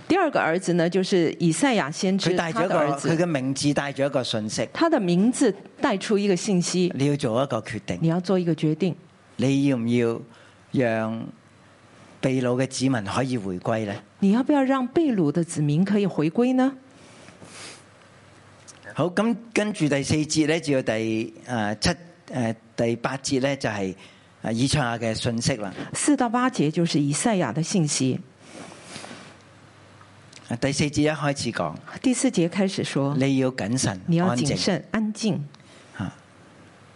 Speaker 3: 第二個兒子呢，就是以賽亞先
Speaker 2: 佢
Speaker 3: 知，
Speaker 2: 帶
Speaker 3: 他
Speaker 2: 咗一
Speaker 3: 的
Speaker 2: 個
Speaker 3: 兒
Speaker 2: 佢
Speaker 3: 子，
Speaker 2: 嘅名字帶咗一個信息。
Speaker 3: 他的名字帶出一個信息：
Speaker 2: 你要做一個決定，
Speaker 3: 你要做一個決定，
Speaker 2: 你要唔要讓秘魯嘅子民可以回歸呢？
Speaker 3: 你要不要讓被掳的子民可以回歸呢？
Speaker 2: 好，咁跟住第四節呢，至到第誒七誒第八節呢，就係啊以賽亞嘅信息啦。
Speaker 3: 四到八節就是以賽亞的信息。
Speaker 2: 啊第四節一開始講，
Speaker 3: 第四節開始說：
Speaker 2: 你要謹慎
Speaker 3: 你要
Speaker 2: 安
Speaker 3: 謹
Speaker 2: 靜，
Speaker 3: 慎、安靜。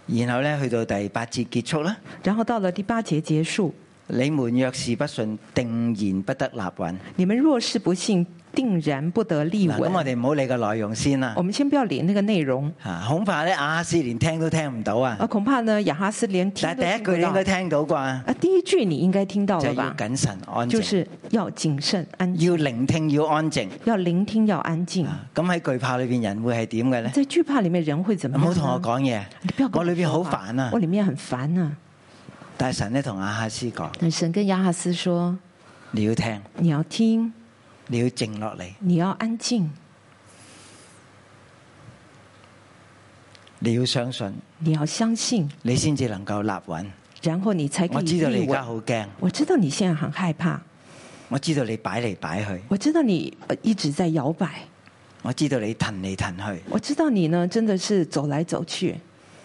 Speaker 2: 然後呢，去到第八節結束啦。
Speaker 3: 然後到了第八節結束，
Speaker 2: 你們若是不信，定然不得立穩。
Speaker 3: 你們若是不信，定然不得立哦
Speaker 2: 嗱，咁我啊
Speaker 3: 穩。
Speaker 2: 哋唔好理個內容先啦
Speaker 3: 我。们先不要理那个内容
Speaker 2: 啊，恐怕呢，亞哈斯連聽都聽唔到
Speaker 3: 啊，
Speaker 2: 啊。
Speaker 3: 恐怕呢雅哈斯连听
Speaker 2: 但
Speaker 3: 都
Speaker 2: 係第一句你應
Speaker 3: 听不
Speaker 2: 該
Speaker 3: 到
Speaker 2: 聽到啩，
Speaker 3: 啊，第一句你应该听到
Speaker 2: 就
Speaker 3: 了
Speaker 2: 係要
Speaker 3: 吧？
Speaker 2: 謹慎安
Speaker 3: 就
Speaker 2: 靜。
Speaker 3: 是要谨慎安静，
Speaker 2: 要聆聽，要安靜。
Speaker 3: 要聆聽，要安靜。
Speaker 2: 咁喺懼怕裏边，人會係點嘅咧？
Speaker 3: 在懼怕里面，人會怎
Speaker 2: 唔
Speaker 3: 么樣呢？
Speaker 2: 好同我講嘢
Speaker 3: 你不要，跟
Speaker 2: 我裏边好
Speaker 3: 說話
Speaker 2: 煩啊
Speaker 3: 我！里面很煩啊。
Speaker 2: 但係神咧同亞哈斯講：
Speaker 3: 但神跟亚哈斯说
Speaker 2: 你要聽，：“
Speaker 3: 你要听，
Speaker 2: 你要靜落嚟，
Speaker 3: 你要安静，
Speaker 2: 你要相信，
Speaker 3: 你要相信，
Speaker 2: 你先至能夠立穩。
Speaker 3: 然后你才可
Speaker 2: 我
Speaker 3: 以
Speaker 2: 知道你
Speaker 3: 立
Speaker 2: 而家
Speaker 3: 稳。
Speaker 2: 好驚，”
Speaker 3: 我知道你现在很害怕，
Speaker 2: 我知道你擺嚟擺去，
Speaker 3: 我知道你呃一直在摇摆，
Speaker 2: 我知道你騰嚟騰去。
Speaker 3: 我知道你呢真的是走来走去。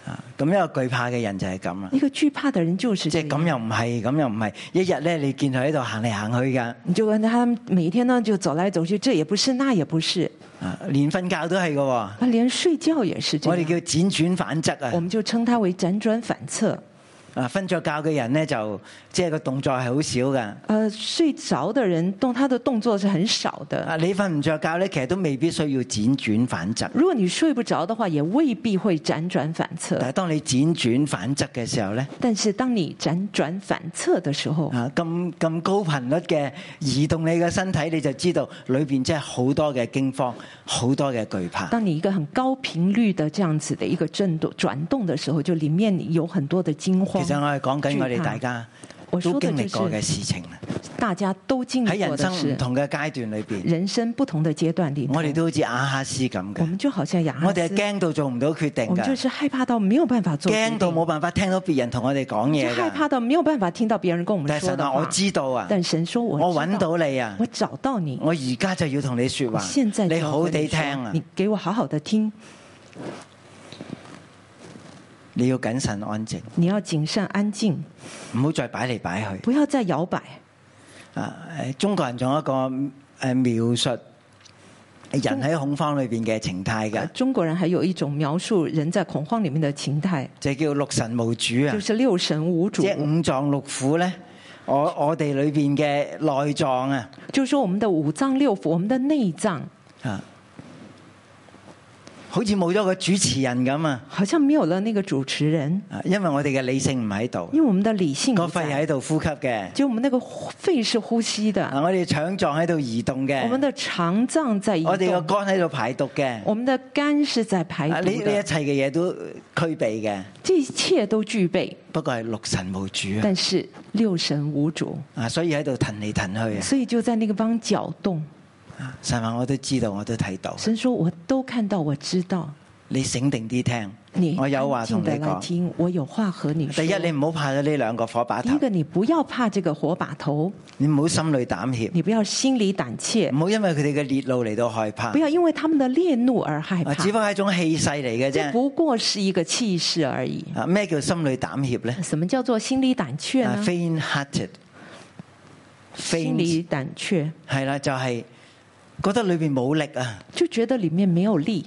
Speaker 2: 啊，咁一個懼怕嘅人就係咁啦，
Speaker 3: 一个惧怕的人就
Speaker 2: 即
Speaker 3: 是这
Speaker 2: 係
Speaker 3: 样
Speaker 2: 咁又唔係，咁又唔係。一日咧，你見佢喺度行嚟行去㗎。
Speaker 3: 你就跟他们每一天呢就走来走去，这也不是，那也不是，
Speaker 2: 啊，連瞓覺都係嘅喎。
Speaker 3: 啊，连睡觉也是这
Speaker 2: 我哋叫
Speaker 3: 样。
Speaker 2: 輾轉反側
Speaker 3: 我
Speaker 2: 啊！
Speaker 3: 们就称它为辗转反侧。
Speaker 2: 啊，瞓着覺嘅人咧就即係個動作係好少㗎。
Speaker 3: 呃，睡着的人动他的动作是很少的。
Speaker 2: 啊，你瞓唔着覺咧，其實都未必需要輾轉反側。
Speaker 3: 如果你睡不着的话，也未必会辗转反侧
Speaker 2: 但。係當你輾轉反側嘅時候咧，
Speaker 3: 但是当你辗转反侧的时候，
Speaker 2: 啊咁咁高頻率嘅移動你嘅身體，你就知道裏邊真係好多嘅驚慌，好多嘅懼怕。
Speaker 3: 当你一个很高频率的这样子的一个震动转动的时候，就里面有很多的惊
Speaker 2: 其
Speaker 3: 慌。
Speaker 2: 實我係講緊我哋大家
Speaker 3: 我
Speaker 2: 都
Speaker 3: 说的
Speaker 2: 經歷過
Speaker 3: 就
Speaker 2: 嘅
Speaker 3: 是
Speaker 2: 事情啦，
Speaker 3: 大家都经
Speaker 2: 喺
Speaker 3: 历过
Speaker 2: 人
Speaker 3: 的
Speaker 2: 生唔
Speaker 3: 是
Speaker 2: 同嘅階段裏邊，
Speaker 3: 人生不同的阶段里头，
Speaker 2: 我哋都好似亞哈斯咁
Speaker 3: 我
Speaker 2: 嘅，
Speaker 3: 们就好像亚哈
Speaker 2: 我
Speaker 3: 斯
Speaker 2: 哋係驚到做唔到決定
Speaker 3: 我们就
Speaker 2: 㗎，
Speaker 3: 是害怕到没有办法做决
Speaker 2: 驚
Speaker 3: 定，
Speaker 2: 到冇辦法聽到別人同我哋講
Speaker 3: 就
Speaker 2: 嘢
Speaker 3: 害
Speaker 2: 㗎。
Speaker 3: 怕到没有办法听到别人跟我们
Speaker 2: 但係
Speaker 3: 说
Speaker 2: 神
Speaker 3: 的
Speaker 2: 話
Speaker 3: 话。
Speaker 2: 我知道啊，
Speaker 3: 但神说我
Speaker 2: 我
Speaker 3: 知
Speaker 2: 揾到
Speaker 3: 道，
Speaker 2: 你啊
Speaker 3: 我，找到你，
Speaker 2: 我而家就要同你說
Speaker 3: 我
Speaker 2: 話，
Speaker 3: 现在就
Speaker 2: 你
Speaker 3: 要
Speaker 2: 好
Speaker 3: 和
Speaker 2: 地
Speaker 3: 你
Speaker 2: 聽
Speaker 3: 说
Speaker 2: 啊，
Speaker 3: 你给我好好的听，
Speaker 2: 你要謹慎安靜，
Speaker 3: 你要谨慎安静，
Speaker 2: 唔好再擺嚟擺去。
Speaker 3: 不要再摇摆。
Speaker 2: 啊！誒，中國人仲有一個誒描述人喺恐慌裏邊嘅情態
Speaker 3: 呃
Speaker 2: 嘅，
Speaker 3: 中国人还有一种描述人在恐慌里面的情态，
Speaker 2: 就叫六神無主啊
Speaker 3: 就！是六神无主
Speaker 2: 即，係五臟六腑咧，我我哋裏邊嘅內臟啊，
Speaker 3: 就是说我们的五脏六腑，我们的内脏
Speaker 2: 啊，好似冇咗個主持人咁啊！
Speaker 3: 好像没有了那个主持人，
Speaker 2: 啊因為我哋嘅理性唔喺度，
Speaker 3: 因为我们的理性
Speaker 2: 個
Speaker 3: 不
Speaker 2: 肺
Speaker 3: 在
Speaker 2: 喺度呼吸嘅，
Speaker 3: 就我们那个呼肺是呼吸的，
Speaker 2: 啊，我哋腸臟喺度移動嘅
Speaker 3: 我，们的肠脏在移
Speaker 2: 我哋個
Speaker 3: 动，
Speaker 2: 肝喺度排毒嘅，啊
Speaker 3: 我们的肝是在排
Speaker 2: 啊，呢呢一
Speaker 3: 毒
Speaker 2: 切
Speaker 3: 的，
Speaker 2: 嘅嘢都具備嘅，
Speaker 3: 这一切都具备，
Speaker 2: 不過係六神無主啊！
Speaker 3: 但是六神无主，
Speaker 2: 啊，所以喺度騰嚟騰去啊！
Speaker 3: 所以就在那个帮搅动。
Speaker 2: 神話我都知道，我都睇到。
Speaker 3: 神说：“我都看到，我知道
Speaker 2: 你醒定啲聽，
Speaker 3: 你
Speaker 2: 我有話
Speaker 3: 安
Speaker 2: 同
Speaker 3: 静
Speaker 2: 你
Speaker 3: 的来
Speaker 2: 講。
Speaker 3: 听，我有话和你说。
Speaker 2: 第一，你唔好怕咗呢兩個火把
Speaker 3: 第一
Speaker 2: 頭，
Speaker 3: 个，你不要怕这个火把头，
Speaker 2: 你唔好心裏膽怯，
Speaker 3: 你不要心里胆怯
Speaker 2: 唔，好因為佢哋嘅烈怒嚟到害怕
Speaker 3: 不。要因为他们的烈怒而害
Speaker 2: 啊，
Speaker 3: 怕
Speaker 2: 只。不過係一種氣勢嚟嘅
Speaker 3: 这
Speaker 2: 啫。
Speaker 3: 不过是一个气势而已。
Speaker 2: 啊，咩叫心裏膽怯咧？
Speaker 3: 什么叫做心里胆怯
Speaker 2: 啊
Speaker 3: 呢？
Speaker 2: ，faint-hearted，faint，
Speaker 3: 心里胆怯
Speaker 2: 係啦，就係覺得裏邊冇力啊，
Speaker 3: 就觉得里面没有力，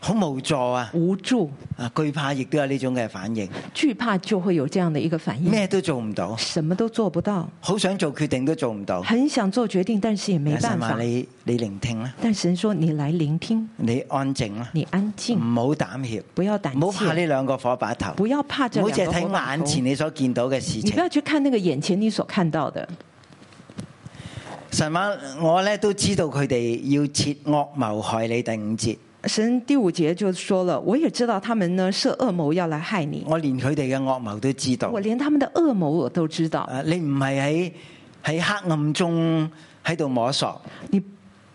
Speaker 2: 好無助啊，
Speaker 3: 无助。”
Speaker 2: 啊，懼怕亦都有呢種嘅反應，
Speaker 3: 惧怕就会有这样的一个反应，
Speaker 2: 咩都做唔到，
Speaker 3: 什么都做不到，
Speaker 2: 好想做決定都做唔到。
Speaker 3: 很想做决定，但是也没办
Speaker 2: 神
Speaker 3: 法
Speaker 2: 話。你你聆聽啦，
Speaker 3: 但神说：“你来聆听，
Speaker 2: 你安靜啦，
Speaker 3: 你安静，
Speaker 2: 唔好膽怯。
Speaker 3: 嗯不要胆
Speaker 2: 唔好怕
Speaker 3: 怯，
Speaker 2: 呢兩個火把頭，
Speaker 3: 不要怕
Speaker 2: 唔
Speaker 3: 这
Speaker 2: 好
Speaker 3: 两
Speaker 2: 淨
Speaker 3: 个
Speaker 2: 係
Speaker 3: 火把
Speaker 2: 睇眼
Speaker 3: 头
Speaker 2: 前你所見到嘅事
Speaker 3: 你不
Speaker 2: 情。
Speaker 3: 要去看那个眼前你所看到的。
Speaker 2: 神話我咧都知道佢哋要設惡謀害你第五節，
Speaker 3: 神第五节就说了：“我也知道他们呢设恶谋要来害你，
Speaker 2: 我連佢哋嘅惡謀都知道
Speaker 3: 我。连他们的恶谋我都知道。
Speaker 2: 啊，你唔係喺喺黑暗中喺度摸索，
Speaker 3: 你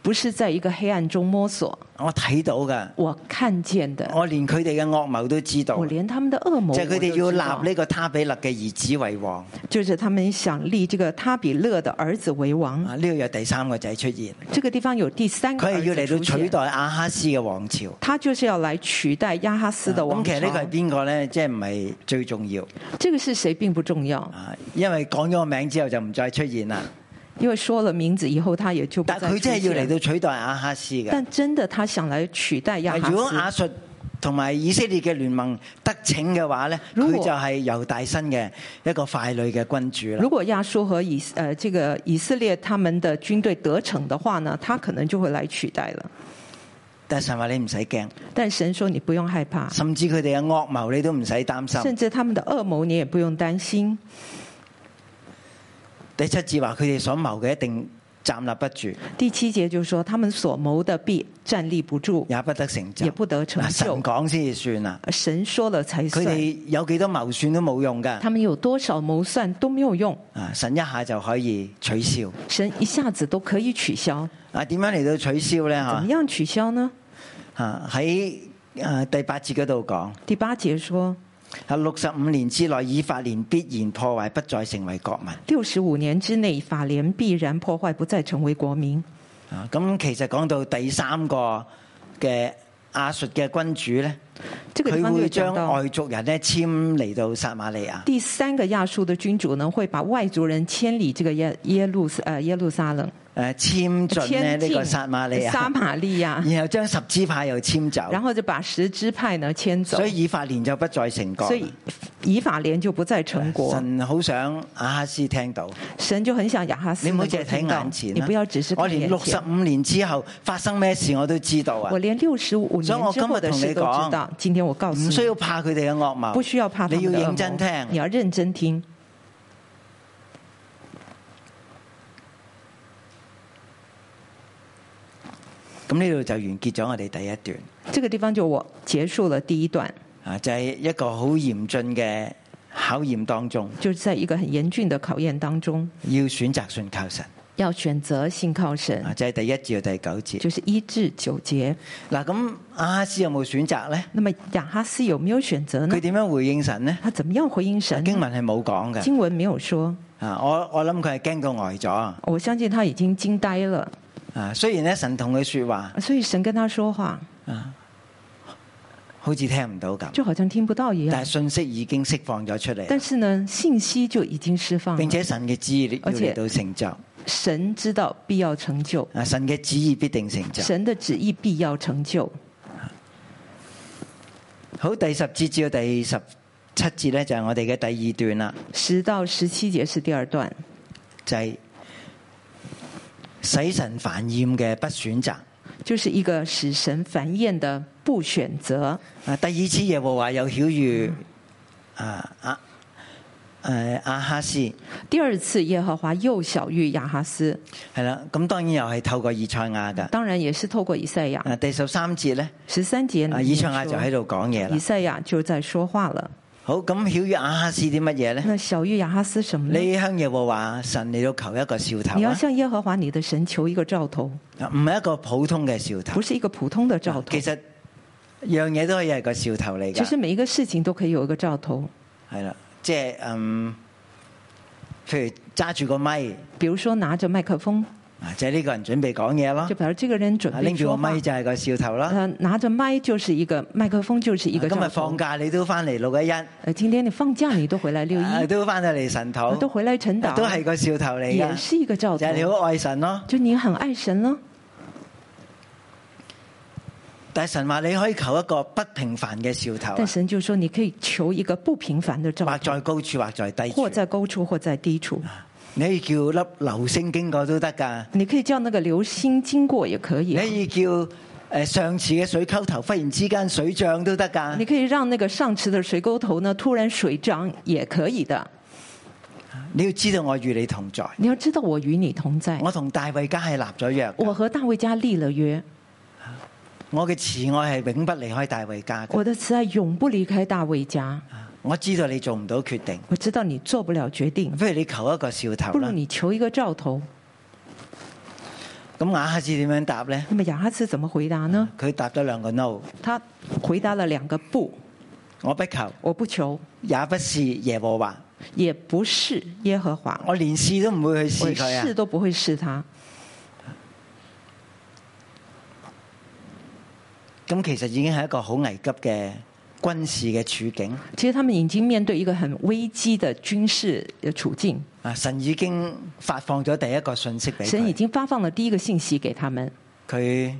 Speaker 3: 不是在一个黑暗中摸索，
Speaker 2: 我睇到噶，
Speaker 3: 我看见的，
Speaker 2: 我連佢哋嘅惡謀都知道
Speaker 3: 我。连他们的恶谋
Speaker 2: 就
Speaker 3: 我
Speaker 2: 係佢
Speaker 3: 都
Speaker 2: 哋要
Speaker 3: 知道
Speaker 2: 立。呢個他比勒嘅兒子為王。
Speaker 3: 就是他们想立这个他比勒的儿子为王。”
Speaker 2: 啊，呢度有第三個仔出現，
Speaker 3: 这个地方有第三个
Speaker 2: 佢係要
Speaker 3: 儿
Speaker 2: 嚟
Speaker 3: 子
Speaker 2: 到
Speaker 3: 出现
Speaker 2: 取代亞哈斯嘅王朝。啊
Speaker 3: 他就是要来取代亚哈斯的
Speaker 2: 咁
Speaker 3: 王
Speaker 2: 其
Speaker 3: 朝。
Speaker 2: 實呢個係邊個咧？即係唔係最重要。
Speaker 3: 这个是谁并不重要，
Speaker 2: 啊，因為講咗個名之後就唔再出現啦。
Speaker 3: 因为说了名字以后，他也就不
Speaker 2: 但
Speaker 3: 再
Speaker 2: 佢真係要
Speaker 3: 出现
Speaker 2: 嚟到取代亞哈斯嘅。
Speaker 3: 但真的，他想来取代亚哈
Speaker 2: 如果
Speaker 3: 斯。
Speaker 2: 亞述同埋以色列嘅聯盟得逞嘅話咧，
Speaker 3: 如
Speaker 2: 佢
Speaker 3: 果
Speaker 2: 就係猶大新嘅一個傀儡嘅君主啦
Speaker 3: 如。果亚述和以呃这个以色列他们的军队得逞的话呢，他可能就会来取代了。
Speaker 2: 但神話你唔使驚，
Speaker 3: 但神说你不用害怕，
Speaker 2: 甚至佢哋嘅惡謀你都唔使擔
Speaker 3: 甚
Speaker 2: 心。
Speaker 3: 至他们的恶谋你也不用担心。
Speaker 2: 第七節話佢哋所謀嘅一定站立不住，
Speaker 3: 第七节就说他们所谋的必站立不住，
Speaker 2: 也不得成就
Speaker 3: 也。不得成
Speaker 2: 嗱，神
Speaker 3: 就。
Speaker 2: 講先至算啦。
Speaker 3: 神说了才
Speaker 2: 佢
Speaker 3: 算，
Speaker 2: 哋有幾多謀算都冇用㗎。
Speaker 3: 他们有多少谋算都没有用，
Speaker 2: 啊，神一下就可以取消。
Speaker 3: 神一下子都可以取消。
Speaker 2: 啊，點樣嚟到取消咧？
Speaker 3: 怎
Speaker 2: 嚇
Speaker 3: 么样取消呢？
Speaker 2: 啊喺啊第八節嗰度講，
Speaker 3: 第八节说，
Speaker 2: 啊六十五年之內，以法蓮必然破壞，不再成為國民。
Speaker 3: 六十五年之内，法联必然破坏，不再成为国民。
Speaker 2: 啊，咁其實講到第三個嘅亞述嘅君主咧，
Speaker 3: 这个地
Speaker 2: 佢
Speaker 3: 方就
Speaker 2: 會
Speaker 3: 讲
Speaker 2: 將
Speaker 3: 到
Speaker 2: 外族人咧遷嚟到撒瑪利亞。
Speaker 3: 第三个亚述的君主呢，会把外族人迁离这个耶耶路撒呃耶路撒冷，
Speaker 2: 誒遷進咧
Speaker 3: 迁
Speaker 2: 呢
Speaker 3: 进
Speaker 2: 個撒瑪利嗯亞，
Speaker 3: 撒玛利亚，
Speaker 2: 然後將十支派又遷走
Speaker 3: 然，后就把十支派呢迁走
Speaker 2: 所，以以法蓮就不再成國
Speaker 3: 所。以以法联就不再成国。
Speaker 2: 神好想阿哈斯聽到，
Speaker 3: 神就很想亚哈斯
Speaker 2: 你唔好
Speaker 3: 能够
Speaker 2: 淨係睇
Speaker 3: 听到
Speaker 2: 眼前啦
Speaker 3: 你不要只是
Speaker 2: 我
Speaker 3: 看
Speaker 2: 連
Speaker 3: 眼
Speaker 2: 六十
Speaker 3: 前。
Speaker 2: 五年之後發生咩事我都知道啊
Speaker 3: 我！连六十五
Speaker 2: 所以我
Speaker 3: 年之后的
Speaker 2: 今日
Speaker 3: 事
Speaker 2: 同你
Speaker 3: 都
Speaker 2: 嗯講
Speaker 3: 知道。今天我告诉
Speaker 2: 唔
Speaker 3: 你，
Speaker 2: 需要怕佢哋嘅惡謀，
Speaker 3: 不需要怕他
Speaker 2: 你
Speaker 3: 们的
Speaker 2: 要
Speaker 3: 恶
Speaker 2: 認
Speaker 3: 魔
Speaker 2: 真
Speaker 3: 你
Speaker 2: 聽。
Speaker 3: 要认真听。
Speaker 2: 咁呢度就完結咗我哋第一段
Speaker 3: 这个地方就我结束了第一段，
Speaker 2: 啊，就係一個好嚴峻嘅考驗當中，
Speaker 3: 就是在一个很严峻的考验当中，
Speaker 2: 要選擇信靠神
Speaker 3: 要选择信靠神，
Speaker 2: 啊，就係第一至到第九節。
Speaker 3: 嗯就是一至九节。
Speaker 2: 嗱，咁阿哈斯有冇選擇呢？
Speaker 3: 那么亚哈斯有没有选择呢
Speaker 2: 佢？點樣回應神呢？
Speaker 3: 他怎么样回应嗯神呢？
Speaker 2: 經文係冇講嘅
Speaker 3: 经文没有说，
Speaker 2: 啊，我我諗佢係驚到呆咗
Speaker 3: 我相信他已经惊呆了。
Speaker 2: 啊。雖然咧神同佢说話，
Speaker 3: 所以神跟他说话，
Speaker 2: 好似聽唔到咁，
Speaker 3: 就好像聽不到一
Speaker 2: 但係
Speaker 3: 樣。
Speaker 2: 信息已經釋放咗出嚟
Speaker 3: 但，是呢，信息就已經釋放
Speaker 2: 並
Speaker 3: 了，
Speaker 2: 且神嘅旨意要
Speaker 3: 而且
Speaker 2: 嚟到成就
Speaker 3: 神知道必要成就，
Speaker 2: 啊，神嘅旨意必定成就。
Speaker 3: 神的旨意必要成就。
Speaker 2: 好，第十節至到第十七節咧，就係我哋嘅第二段啦，
Speaker 3: 十到十七节是第二段，
Speaker 2: 就係使神煩厭嘅不選擇。
Speaker 3: 就是一个使神烦厌的不选择。
Speaker 2: 啊，第二次耶和華又曉喻啊啊誒阿哈斯係
Speaker 3: 第二次，耶和华又小谕亚哈斯，
Speaker 2: 啦，咁當然又係透過以賽亞噶。
Speaker 3: 当然也是透过以赛亚
Speaker 2: 啊，第十三節咧，
Speaker 3: 十三节里
Speaker 2: 啊
Speaker 3: 面
Speaker 2: 以
Speaker 3: 说。
Speaker 2: 賽亞就喺度講嘢啦
Speaker 3: 以。赛亚就在说话了。
Speaker 2: 好，咁曉喻阿哈斯啲乜嘢咧？
Speaker 3: 那小谕亚哈斯什么呢？
Speaker 2: 你向耶和華神嚟到求一個兆頭
Speaker 3: 嗯你要
Speaker 2: 啊
Speaker 3: 向耶和华你的神求一个兆头，
Speaker 2: 唔係一個普通嘅兆頭
Speaker 3: 不。是一个普通的兆头
Speaker 2: 其。實樣嘢都可以係個兆頭嚟
Speaker 3: 其实
Speaker 2: 㗎，
Speaker 3: 每一个事情都可以有一个兆头，
Speaker 2: 係啦，即係嗯，譬如揸住個咪，
Speaker 3: 比如说拿着麦克风，
Speaker 2: 啊，就係呢個人準備講嘢咯
Speaker 3: 就，表示这个人准
Speaker 2: 啊
Speaker 3: 备
Speaker 2: 拎住個
Speaker 3: 说话
Speaker 2: 咪。就係個兆頭啦。
Speaker 3: 呃，拿着麦就是一个麦克风，就是一
Speaker 2: 今
Speaker 3: 个兆
Speaker 2: 日
Speaker 3: 头
Speaker 2: 啊放。假你都翻嚟六一一，
Speaker 3: 呃，今天你放假你都回来六一，
Speaker 2: 啊都翻到嚟神土，
Speaker 3: 都回来晨祷，
Speaker 2: 都係個兆頭嚟
Speaker 3: 也
Speaker 2: 㗎，
Speaker 3: 是一个兆
Speaker 2: 就
Speaker 3: 头
Speaker 2: 係，你好愛神咯。
Speaker 3: 就你很爱神了。
Speaker 2: 但係神話你可以求一個不平凡嘅兆頭
Speaker 3: 但
Speaker 2: 啊，
Speaker 3: 神就说你可以求一个不平凡的兆
Speaker 2: 或
Speaker 3: 头，
Speaker 2: 在高處，或在低
Speaker 3: 或
Speaker 2: 處，
Speaker 3: 在高处，或在低处。
Speaker 2: 你可以叫粒流星經過都得㗎。
Speaker 3: 你可以叫那个流星经过也可以啊，
Speaker 2: 你要叫誒上次嘅水溝頭忽然之間水漲都得
Speaker 3: 你
Speaker 2: 㗎，
Speaker 3: 可以讓那个上池的水沟头呢突然水涨也可以的。
Speaker 2: 你要知道我與你同在，
Speaker 3: 你要知道我与你同在，
Speaker 2: 我同大衛家係立咗約，
Speaker 3: 我和大卫家立了约，
Speaker 2: 我嘅慈愛係永不離開大衛家嘅。
Speaker 3: 我的慈爱永不离开大卫家。
Speaker 2: 我知道你做唔到決定，
Speaker 3: 我知道你做不了决定，
Speaker 2: 不如你求一個兆頭
Speaker 3: 不如
Speaker 2: 啦。
Speaker 3: 你求一个兆头。
Speaker 2: 咁亞哈斯點樣答呢？
Speaker 3: 那么亚哈斯怎么回答呢？
Speaker 2: 佢答咗兩個 no，
Speaker 3: 他回答了两个不，
Speaker 2: 我不求，
Speaker 3: 我不求，
Speaker 2: 也不是耶和華，
Speaker 3: 也不是耶和华，
Speaker 2: 我連試都唔會去
Speaker 3: 我
Speaker 2: 試佢
Speaker 3: 试
Speaker 2: 啊。
Speaker 3: 都不会试他。
Speaker 2: 咁其實已經係一個好危急嘅軍事嘅處境
Speaker 3: 其实他们已經面对一个很危机的军事呃处境，
Speaker 2: 啊！神已經發放咗第一個信息俾
Speaker 3: 神已
Speaker 2: 佢，
Speaker 3: 经发放了第一个信息给他们，
Speaker 2: 佢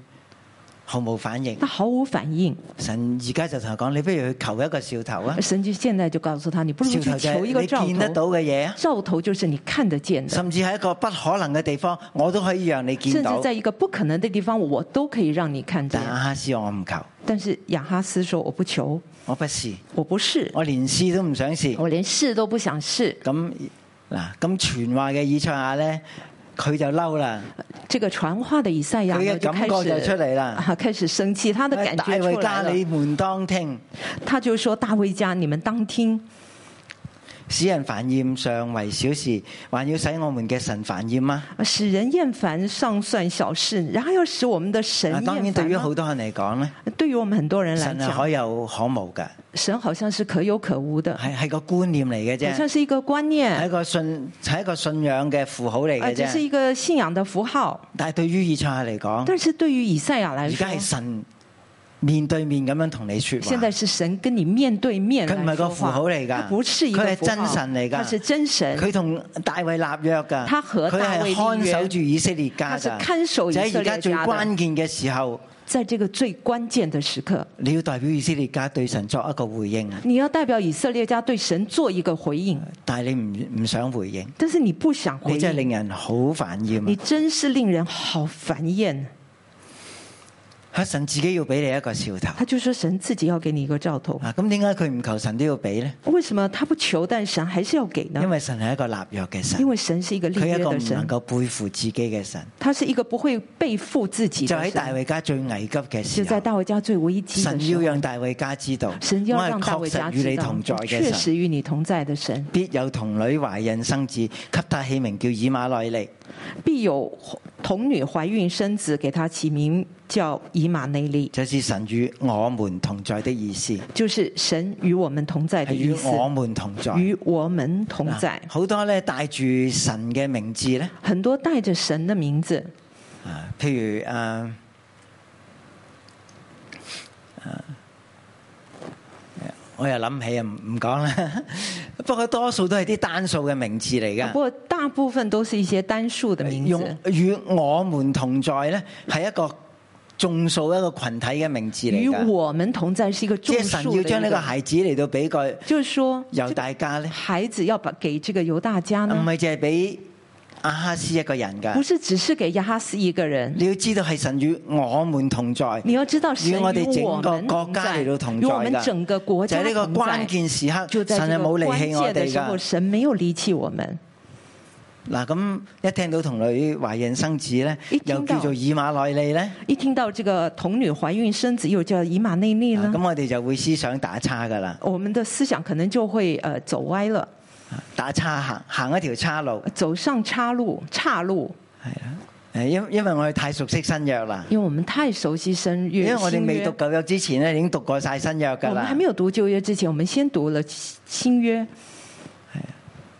Speaker 2: 毫無反應。
Speaker 3: 他毫无反应。
Speaker 2: 神而家就同佢講：你不如去求一個兆頭啊！
Speaker 3: 神就現在就告訴他，你不如
Speaker 2: 兆
Speaker 3: 去
Speaker 2: 頭就
Speaker 3: 求一
Speaker 2: 係
Speaker 3: 个
Speaker 2: 你
Speaker 3: 兆
Speaker 2: 見得
Speaker 3: 头，
Speaker 2: 到嘅嘢啊，
Speaker 3: 兆头就是你看得见的，
Speaker 2: 甚至喺一個不可能嘅地方，我都可以讓你見
Speaker 3: 甚
Speaker 2: 到啊
Speaker 3: 至。在一个不可能的地方，我都可以让你看见
Speaker 2: 但。阿哈斯我唔求，
Speaker 3: 但是亚哈斯说：“我不求，
Speaker 2: 我不試，
Speaker 3: 我不试，
Speaker 2: 我連試都唔想試。
Speaker 3: 我连试都不想试。”
Speaker 2: 咁嗱，咁傳話嘅以賽亞咧，佢就嬲啦，
Speaker 3: 这个传话的以赛亚
Speaker 2: 佢
Speaker 3: 呢
Speaker 2: 嘅
Speaker 3: 就
Speaker 2: 感
Speaker 3: 开
Speaker 2: 覺就出
Speaker 3: 始
Speaker 2: 嚟啦。
Speaker 3: 啊，开始生气，他的感
Speaker 2: 大
Speaker 3: 觉
Speaker 2: 衛
Speaker 3: 出
Speaker 2: 家
Speaker 3: 来
Speaker 2: 你
Speaker 3: 了，
Speaker 2: 們當聽，
Speaker 3: 他就说：“大卫家，你们当听，
Speaker 2: 使人煩厭尚為小事，還要使我們嘅神煩厭嗎？
Speaker 3: 啊使人厌烦尚算小事，然后要使我们的神
Speaker 2: 啊，當然
Speaker 3: 厌
Speaker 2: 對
Speaker 3: 烦
Speaker 2: 於
Speaker 3: 吗
Speaker 2: 好多人嚟講咧，
Speaker 3: 对于我们很多人来
Speaker 2: 神係
Speaker 3: 讲，
Speaker 2: 可有可無嘅，
Speaker 3: 神好像是可有可無的，
Speaker 2: 係係個觀念嚟嘅
Speaker 3: 好像
Speaker 2: 啫，
Speaker 3: 是一个观
Speaker 2: 係一
Speaker 3: 念，
Speaker 2: 個信係一個信仰嘅符號嚟
Speaker 3: 啊，
Speaker 2: 嘅
Speaker 3: 只是一
Speaker 2: 啫。
Speaker 3: 个信仰的符号。
Speaker 2: 但係對於以賽亞嚟講，
Speaker 3: 但是对于以赛亚来
Speaker 2: 哦而
Speaker 3: 说
Speaker 2: 家，係神面對面咁樣同你说
Speaker 3: 现
Speaker 2: 話
Speaker 3: 在。是神跟你面对面
Speaker 2: 佢唔
Speaker 3: 来
Speaker 2: 係個
Speaker 3: 说
Speaker 2: 符
Speaker 3: 话
Speaker 2: 號嚟，㗎
Speaker 3: 他不是一
Speaker 2: 佢
Speaker 3: 个
Speaker 2: 係
Speaker 3: 符號
Speaker 2: 真神嚟㗎
Speaker 3: 他是真神，
Speaker 2: 佢同大衛立約㗎，
Speaker 3: 他和
Speaker 2: 佢
Speaker 3: 大衛立
Speaker 2: 係
Speaker 3: 約
Speaker 2: 看守住以色列家
Speaker 3: 他是
Speaker 2: 㗎，
Speaker 3: 看守以
Speaker 2: 就
Speaker 3: 色列
Speaker 2: 喺
Speaker 3: 家
Speaker 2: 而家
Speaker 3: 的
Speaker 2: 最關鍵嘅時候，
Speaker 3: 在这个最关键的时刻，
Speaker 2: 你要代表以色列家對神作一個回應。
Speaker 3: 你要代表以色列家对神做一个回应，
Speaker 2: 但係你唔唔想回應，
Speaker 3: 但是你不想回
Speaker 2: 呃你真係
Speaker 3: 应，
Speaker 2: 令人好煩厭
Speaker 3: 你
Speaker 2: 啊。
Speaker 3: 真是令人好烦厌。
Speaker 2: 嚇神自己要俾你一個兆頭
Speaker 3: 他就说神自己要给你一个兆头，
Speaker 2: 啊！咁點解佢唔求神都要俾呢？
Speaker 3: 为什么他不求，但神还是要给呢
Speaker 2: 嗯因？為神係一個立約嘅
Speaker 3: 因
Speaker 2: 神，
Speaker 3: 为神是一个立
Speaker 2: 佢係
Speaker 3: 约
Speaker 2: 一個
Speaker 3: 的
Speaker 2: 唔能
Speaker 3: 神，
Speaker 2: 夠背負自己嘅神。
Speaker 3: 他是一个不会背负自己
Speaker 2: 就
Speaker 3: 的
Speaker 2: 喺大
Speaker 3: 神。
Speaker 2: 衛家最危急嘅
Speaker 3: 就
Speaker 2: 時
Speaker 3: 在
Speaker 2: 候，
Speaker 3: 大卫家最危机的
Speaker 2: 神要
Speaker 3: 时候，
Speaker 2: 讓大衛家知道，我
Speaker 3: 神要
Speaker 2: 係
Speaker 3: 让大卫
Speaker 2: 確
Speaker 3: 家
Speaker 2: 實與
Speaker 3: 知
Speaker 2: 你
Speaker 3: 道
Speaker 2: 同在，嘅
Speaker 3: 确
Speaker 2: 神。
Speaker 3: 实与你同在的神，
Speaker 2: 必有童女懷孕生子，給他起名叫以馬內利。
Speaker 3: 必有童女怀孕生子，给他起名叫以马内利。
Speaker 2: 這是神與我們同在的意思，
Speaker 3: 就是神与我们同在
Speaker 2: 係
Speaker 3: 的
Speaker 2: 與
Speaker 3: 意思，
Speaker 2: 我們同在。
Speaker 3: 与我们同在
Speaker 2: 啊。好多咧帶住神嘅名字咧，
Speaker 3: 很多带着神的名字，
Speaker 2: 啊，譬如诶。啊啊我又諗起啊，唔唔講啦。 不過多數都係啲單數嘅名字嚟
Speaker 3: 啊不
Speaker 2: 㗎。
Speaker 3: 过大部分都是一些单数的名
Speaker 2: 啊
Speaker 3: 啊
Speaker 2: 用
Speaker 3: 字。
Speaker 2: 與我們同在咧，係一個眾數一個群體嘅名字嚟
Speaker 3: 与
Speaker 2: 㗎。
Speaker 3: 我们同在是一个
Speaker 2: 即
Speaker 3: 众
Speaker 2: 係神
Speaker 3: 数
Speaker 2: 要
Speaker 3: 的
Speaker 2: 將
Speaker 3: 一
Speaker 2: 呢個
Speaker 3: 个，
Speaker 2: 孩子嚟到俾個
Speaker 3: 就是说，
Speaker 2: 由
Speaker 3: 这个
Speaker 2: 大家咧，
Speaker 3: 孩子要把给这个犹大家
Speaker 2: 唔
Speaker 3: 呢，
Speaker 2: 係淨係俾阿哈斯一個人
Speaker 3: 啊不
Speaker 2: 㗎。
Speaker 3: 是只是给亚哈斯一个人。
Speaker 2: 你要知道係神與我們同在，
Speaker 3: 你要知道，啊神
Speaker 2: 與
Speaker 3: 与
Speaker 2: 我哋整
Speaker 3: 我
Speaker 2: 個
Speaker 3: 们
Speaker 2: 國
Speaker 3: 同
Speaker 2: 家
Speaker 3: 在，
Speaker 2: 嚟到同
Speaker 3: 与
Speaker 2: 在
Speaker 3: 我们
Speaker 2: 㗎。
Speaker 3: 整个国
Speaker 2: 就
Speaker 3: 家
Speaker 2: 喺呢個
Speaker 3: 同在
Speaker 2: 關。鍵時刻，
Speaker 3: 就在
Speaker 2: 神
Speaker 3: 这
Speaker 2: 係
Speaker 3: 个
Speaker 2: 冇離
Speaker 3: 关
Speaker 2: 棄我
Speaker 3: 键的
Speaker 2: 哋
Speaker 3: 时候，
Speaker 2: 㗎。
Speaker 3: 神没有离弃我们。
Speaker 2: 嗱，咁一聽到童女懷孕生子咧
Speaker 3: 一，聽
Speaker 2: 又
Speaker 3: 到
Speaker 2: 叫做以馬內利咧，
Speaker 3: 一听到这个童女怀孕生子，又叫以马内利呢
Speaker 2: 啊，咁我哋就會思想打叉㗎啦，
Speaker 3: 我们的思想可能就会呃走歪了，
Speaker 2: 打叉行行一條岔路。
Speaker 3: 走上岔路，岔路，
Speaker 2: 誒，因因為我哋太熟悉新約啦，
Speaker 3: 因为我们太熟悉新
Speaker 2: 因為
Speaker 3: 约，
Speaker 2: 我哋
Speaker 3: 新
Speaker 2: 未
Speaker 3: 约
Speaker 2: 讀舊約之前咧，已經讀過晒新約
Speaker 3: 我
Speaker 2: 㗎
Speaker 3: 们
Speaker 2: 啦
Speaker 3: 还。没有读旧约之前，我们先读了新新约。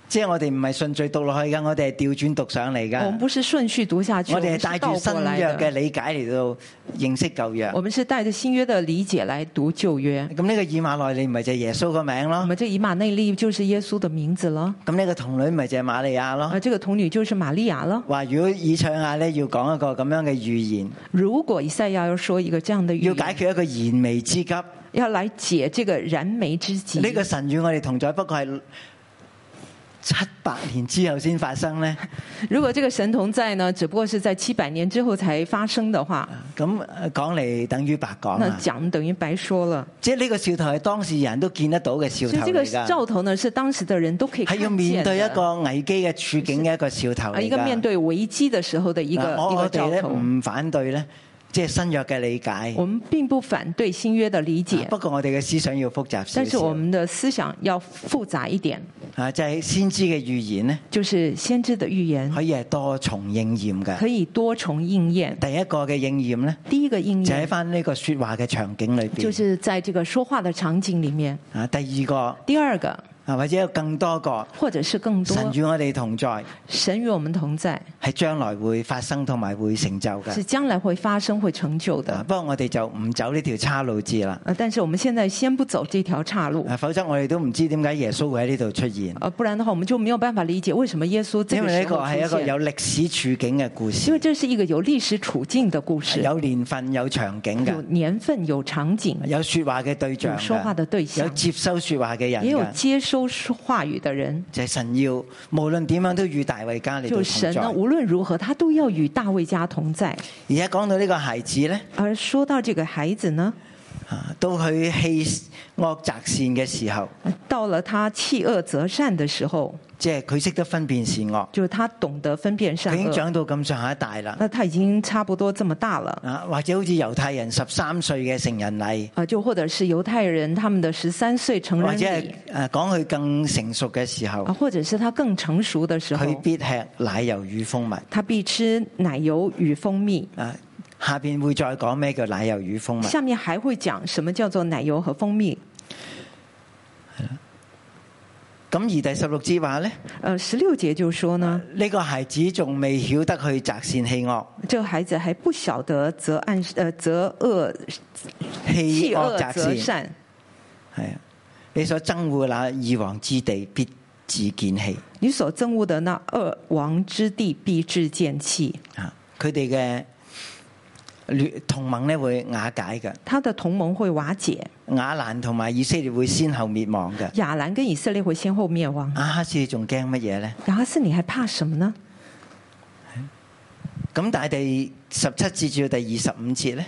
Speaker 2: 即係我哋唔係順序讀落去㗎，我哋係調轉讀上嚟
Speaker 3: 我们
Speaker 2: 㗎。
Speaker 3: 不是顺序读下去，
Speaker 2: 啊我
Speaker 3: 我
Speaker 2: 哋
Speaker 3: 们是
Speaker 2: 係帶
Speaker 3: 倒
Speaker 2: 住新
Speaker 3: 过来
Speaker 2: 約嘅
Speaker 3: 的。
Speaker 2: 理解嚟到認識舊約。
Speaker 3: 我们是带着新約的理解来讀舊約。
Speaker 2: 咁呢個以馬內利唔係就係耶穌個名
Speaker 3: 我
Speaker 2: 咯，
Speaker 3: 们这以马内利就是耶稣的名字了，
Speaker 2: 咁呢個童女咪就係瑪利亞咯
Speaker 3: 而。这个童女就是玛利亚了。
Speaker 2: 話如果以賽亞咧要講一個咁樣嘅預言，
Speaker 3: 如果以赛亚要说一个这样的预
Speaker 2: 要
Speaker 3: 言，嗯
Speaker 2: 解決一個燃眉之急，呢、
Speaker 3: 要来解这个燃眉之急，
Speaker 2: 個神與我哋同在，不過係七百年之後先發生 咧。
Speaker 3: 如果这个神童在呢，只不过是在七百年之后才发生的话，
Speaker 2: 咁呃講嚟等於白講
Speaker 3: 那
Speaker 2: 啦，
Speaker 3: 讲等于白说了。
Speaker 2: 即係呢個兆頭係當事人都見得到嘅兆
Speaker 3: 所以
Speaker 2: 頭
Speaker 3: 这个
Speaker 2: 嚟㗎，
Speaker 3: 兆头呢，是当时的人都可以
Speaker 2: 係
Speaker 3: 看
Speaker 2: 要
Speaker 3: 见
Speaker 2: 面對
Speaker 3: 的
Speaker 2: 一個危機嘅處境嘅一個兆頭
Speaker 3: 啊，
Speaker 2: 嚟
Speaker 3: 一个面
Speaker 2: 㗎。
Speaker 3: 对危机的时候的一个
Speaker 2: 嗱啊我
Speaker 3: 一个
Speaker 2: 我嗯哋
Speaker 3: 兆
Speaker 2: 咧
Speaker 3: 头。
Speaker 2: 唔反對咧，即係新約嘅理解。
Speaker 3: 我们并不反对新约的理解
Speaker 2: 啊不，過我哋嘅思想要複雜少
Speaker 3: 但是我
Speaker 2: 少。
Speaker 3: 们的思想要复杂一点，
Speaker 2: 啊，就係先知嘅預言咧，
Speaker 3: 就是先知的预言
Speaker 2: 可以係多重應驗嘅。
Speaker 3: 可以多重应验。
Speaker 2: 第一個嘅應驗咧，
Speaker 3: 第一个应
Speaker 2: 就喺
Speaker 3: 验
Speaker 2: 翻呢個说話嘅場景裏边。
Speaker 3: 就是在这个说话的场景里面，
Speaker 2: 啊，第二個
Speaker 3: 第二个
Speaker 2: 啊，或者有更多個
Speaker 3: 或者是更多，
Speaker 2: 神與我哋同在，
Speaker 3: 神与我们同在，
Speaker 2: 係將來會發生同埋會成就嘅
Speaker 3: 是。将来会发生会成就的
Speaker 2: 啊，。不過我哋就唔走呢條岔路字啦。
Speaker 3: 呃，但是我们现在先不走这条岔路，
Speaker 2: 啊，否則我哋都唔知點解耶穌會喺呢度出現，
Speaker 3: 呃，不然的话我们就没有办法理解为什么耶稣这
Speaker 2: 因
Speaker 3: 个
Speaker 2: 為
Speaker 3: 时
Speaker 2: 呢
Speaker 3: 候
Speaker 2: 個係一
Speaker 3: 出
Speaker 2: 個
Speaker 3: 现。
Speaker 2: 有歷史處境嘅故
Speaker 3: 因为
Speaker 2: 事，
Speaker 3: 这是一个有历史处境的故事，
Speaker 2: 有年份、啊有場景
Speaker 3: 有
Speaker 2: 嘅，
Speaker 3: 年份、有场景，
Speaker 2: 有说話嘅對象
Speaker 3: 有说話嘅對
Speaker 2: 嘅，
Speaker 3: 象
Speaker 2: 有接收说話嘅人
Speaker 3: 也有
Speaker 2: 嘅，
Speaker 3: 接收说話语的人。
Speaker 2: 就係神要無論點樣都與大衛家嚟到
Speaker 3: 就神啊呢，
Speaker 2: 同在。
Speaker 3: 无论如何，他都要与大卫家同在。
Speaker 2: 而家講到呢個孩子咧。
Speaker 3: 而说到这个孩子呢，
Speaker 2: 啊到佢棄惡擇善嘅時候，
Speaker 3: 呃到了他弃恶择善的时候，
Speaker 2: 即係佢識得分辨善惡。
Speaker 3: 就是他懂得分辨
Speaker 2: 佢
Speaker 3: 善
Speaker 2: 已經
Speaker 3: 恶。
Speaker 2: 長到咁上下大啦，
Speaker 3: 那他已經差不多这么大了，
Speaker 2: 啊或者好似猶太人十三歲嘅成人禮，
Speaker 3: 啊，就或者是猶太人他們的十三岁成
Speaker 2: 或
Speaker 3: 人
Speaker 2: 者係
Speaker 3: 禮
Speaker 2: 誒講佢更成熟嘅時候
Speaker 3: 啊，，或者是他更成熟的时
Speaker 2: 佢
Speaker 3: 候，
Speaker 2: 必吃奶油與蜂蜜。
Speaker 3: 他必吃奶油與蜂蜜。
Speaker 2: 啊，下邊會再講咩叫奶油與蜂蜜。
Speaker 3: 下面還會講什麼叫做奶油和蜂蜜。
Speaker 2: 咁而第十六節話呢，
Speaker 3: 呃，十六節就說呢，
Speaker 2: 呢、個孩子仲未曉得去擇善棄惡，
Speaker 3: 這個孩子還不曉得擇暗呃擇惡
Speaker 2: 棄
Speaker 3: 棄
Speaker 2: 惡
Speaker 3: 惡
Speaker 2: 擇
Speaker 3: 擇
Speaker 2: 善，
Speaker 3: 善。
Speaker 2: 係啊！你所憎惡那二王之地，必自見棄
Speaker 3: 你所憎惡的那二王之地，必致見棄。
Speaker 2: 啊！佢哋嘅聯同盟咧會瓦解嘅，
Speaker 3: 他的同盟會瓦解，
Speaker 2: 雅蘭同埋以色列會先後滅亡嘅。
Speaker 3: 亞蘭跟以色列會先後滅亡。
Speaker 2: 阿哈斯仲驚乜嘢呢？
Speaker 3: 然後是你還怕什麼呢？
Speaker 2: 咁但係第十七節至到第二十五節呢，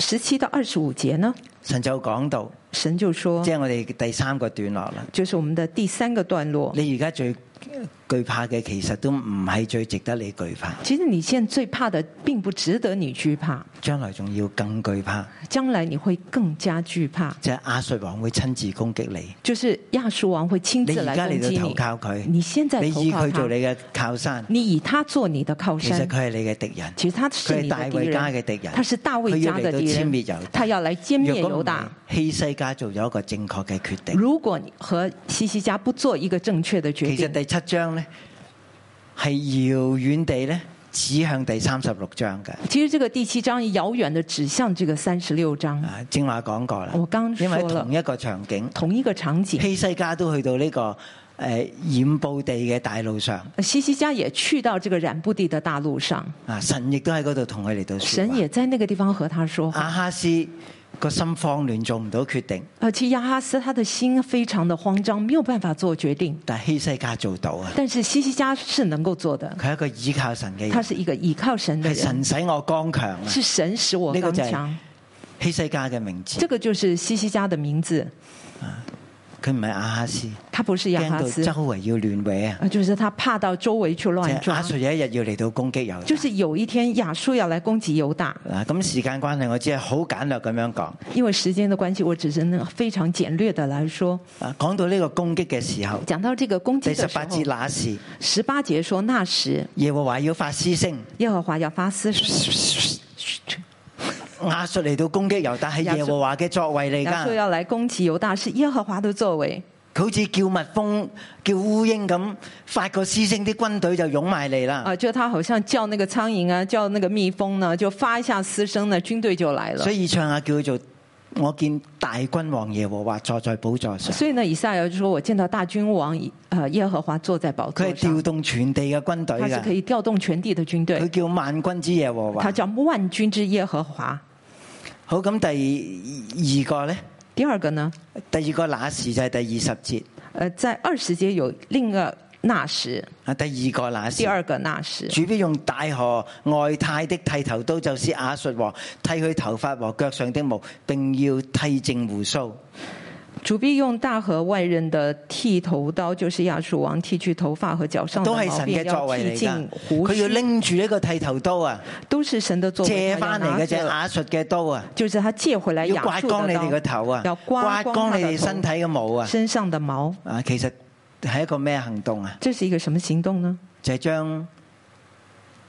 Speaker 3: 十七到二十五節呢，
Speaker 2: 神就講到，
Speaker 3: 神就說
Speaker 2: 即，係我哋第三個段落啦。
Speaker 3: 就是我們的第三個段落。
Speaker 2: 你而家最懼怕嘅，其實都唔係最值得你懼怕，
Speaker 3: 其實你現在最怕的，並不值得你惧怕，
Speaker 2: 將來仲要更懼怕，
Speaker 3: 將來你會更加惧怕。
Speaker 2: 就係、亞述王會親自攻擊你。
Speaker 3: 就是亞述王會親
Speaker 2: 你
Speaker 3: 自
Speaker 2: 而
Speaker 3: 來
Speaker 2: 家
Speaker 3: 攻
Speaker 2: 嚟
Speaker 3: 擊
Speaker 2: 到投
Speaker 3: 你，
Speaker 2: 靠佢，
Speaker 3: 你現在
Speaker 2: 你
Speaker 3: 投
Speaker 2: 以
Speaker 3: 靠
Speaker 2: 佢做
Speaker 3: 他
Speaker 2: 你，嘅靠山，
Speaker 3: 你以他做你的靠
Speaker 2: 其實
Speaker 3: 山。
Speaker 2: 佢係你嘅敵人。
Speaker 3: 其實他是
Speaker 2: 佢係
Speaker 3: 你
Speaker 2: 大
Speaker 3: 的敵
Speaker 2: 衛家
Speaker 3: 人，
Speaker 2: 嘅敵人，
Speaker 3: 他是大
Speaker 2: 佢
Speaker 3: 衛
Speaker 2: 要
Speaker 3: 家
Speaker 2: 嚟
Speaker 3: 的
Speaker 2: 到
Speaker 3: 敵
Speaker 2: 殲
Speaker 3: 人
Speaker 2: 滅猶大，
Speaker 3: 他要來殲滅
Speaker 2: 若
Speaker 3: 猶
Speaker 2: 果唔
Speaker 3: 大
Speaker 2: 係。希西家做咗一個正確嘅決定。
Speaker 3: 如果你和西西家不做一個正確的決
Speaker 2: 其實
Speaker 3: 定，
Speaker 2: 第七章呢，係遙遠地呢指向第三十六章嘅。
Speaker 3: 其實這個第七章遙遠的指向這個三十六章，
Speaker 2: 啊，正話講過啦，
Speaker 3: 我剛
Speaker 2: 因為喺
Speaker 3: 說了
Speaker 2: 同一個場景，
Speaker 3: 同一個場景。
Speaker 2: 希西家都去到呢、個誒染布地嘅大路上，
Speaker 3: 西西家也去到這個染布地的大路上，
Speaker 2: 啊神亦都喺嗰度同佢嚟到説
Speaker 3: 神
Speaker 2: 話。
Speaker 3: 也在那個地方和他說話。
Speaker 2: 阿哈斯個心慌亂，做唔到決定，
Speaker 3: 而且亞哈斯他的心非常的慌張，沒有辦法做決定。
Speaker 2: 但希西家做到啊！
Speaker 3: 但是西西家是能夠做的，
Speaker 2: 佢係一個倚靠神嘅
Speaker 3: 他
Speaker 2: 人，
Speaker 3: 是一個倚靠神的
Speaker 2: 係神
Speaker 3: 人，
Speaker 2: 使我剛強啊！
Speaker 3: 是神使我
Speaker 2: 呢個
Speaker 3: 剛
Speaker 2: 就係
Speaker 3: 強。
Speaker 2: 希西家嘅名字
Speaker 3: 這，個就是西西家的名字，
Speaker 2: 佢唔係阿哈斯，
Speaker 3: 他不是亞
Speaker 2: 驚
Speaker 3: 哈
Speaker 2: 到
Speaker 3: 斯，
Speaker 2: 周圍要亂搲啊！
Speaker 3: 呃就是他怕到周圍去
Speaker 2: 即
Speaker 3: 亂
Speaker 2: 係阿
Speaker 3: 抓，
Speaker 2: 述有一日要嚟到攻擊猶
Speaker 3: 就是有一天亞述要來攻擊猶大。
Speaker 2: 大。嗱，咁時間關係，我只係好簡略咁樣講。
Speaker 3: 因為時間的關係，我只是能非常簡略的來說。
Speaker 2: 啊，講到呢個攻擊嘅時候，
Speaker 3: 講到這個攻
Speaker 2: 第
Speaker 3: 擊
Speaker 2: 十
Speaker 3: 的
Speaker 2: 八節
Speaker 3: 時候，
Speaker 2: 那時
Speaker 3: 十八節說那時
Speaker 2: 耶和華要發嘶聲，
Speaker 3: 耶和華要發嘶聲，
Speaker 2: 亞述嚟到攻擊猶大係耶和華嘅作為嚟
Speaker 3: 亞述
Speaker 2: 㗎。
Speaker 3: 要來攻擊猶大，是耶和華的作為。
Speaker 2: 佢好似叫蜜蜂、叫烏蠅咁發個嘶聲，啲軍隊就湧埋嚟啦。
Speaker 3: 啊，就他好像叫那個蒼蠅啊，叫那個蜜蜂呢，就发一下嘶声呢，軍隊就來了
Speaker 2: 所。以唱下叫做我見大君王耶和華坐在寶座上，
Speaker 3: 所以呢，以賽亞就說：“我見到大君王，呃，耶和華坐在寶
Speaker 2: 佢係
Speaker 3: 座上
Speaker 2: 調，動全地嘅軍隊
Speaker 3: 他是可
Speaker 2: 㗎。
Speaker 3: 以啊調動全地的軍
Speaker 2: 佢
Speaker 3: 隊，
Speaker 2: 叫萬軍之耶和
Speaker 3: 他
Speaker 2: 華。
Speaker 3: 叫萬軍之耶和華。
Speaker 2: 好咁，第二個呢，”
Speaker 3: 第二個呢，
Speaker 2: 第二個那時就係第二十節
Speaker 3: 呃，在二十節有另一個那時，
Speaker 2: 啊，第二個那時
Speaker 3: 第。二個那時，
Speaker 2: 主必用大河外太的剃頭刀，就是亞述王，剃佢頭髮和腳上的毛，並要剃淨胡鬚。
Speaker 3: 主必用大河外刃的剃頭刀，就是亞述王剃去頭髮和腳上的
Speaker 2: 都係
Speaker 3: 毛
Speaker 2: 神
Speaker 3: 病，
Speaker 2: 嘅作
Speaker 3: 要
Speaker 2: 為
Speaker 3: 剃
Speaker 2: 嚟
Speaker 3: 盡
Speaker 2: 㗎，
Speaker 3: 胡
Speaker 2: 佢要
Speaker 3: 鬚，
Speaker 2: 拎住呢個剃頭刀啊，
Speaker 3: 都是神的作為。
Speaker 2: 借
Speaker 3: 他要
Speaker 2: 翻嚟
Speaker 3: 拿
Speaker 2: 嘅隻
Speaker 3: 着
Speaker 2: 亞述嘅刀啊，
Speaker 3: 就是他借回來
Speaker 2: 要
Speaker 3: 亞
Speaker 2: 刮
Speaker 3: 述的刀，
Speaker 2: 光你哋個頭啊
Speaker 3: 要，
Speaker 2: 刮
Speaker 3: 刮
Speaker 2: 光
Speaker 3: 光
Speaker 2: 你哋身體嘅毛啊！
Speaker 3: 身上的毛。
Speaker 2: 啊，其實係一個咩行動啊？
Speaker 3: 这是一個什麼行動呢？
Speaker 2: 就係將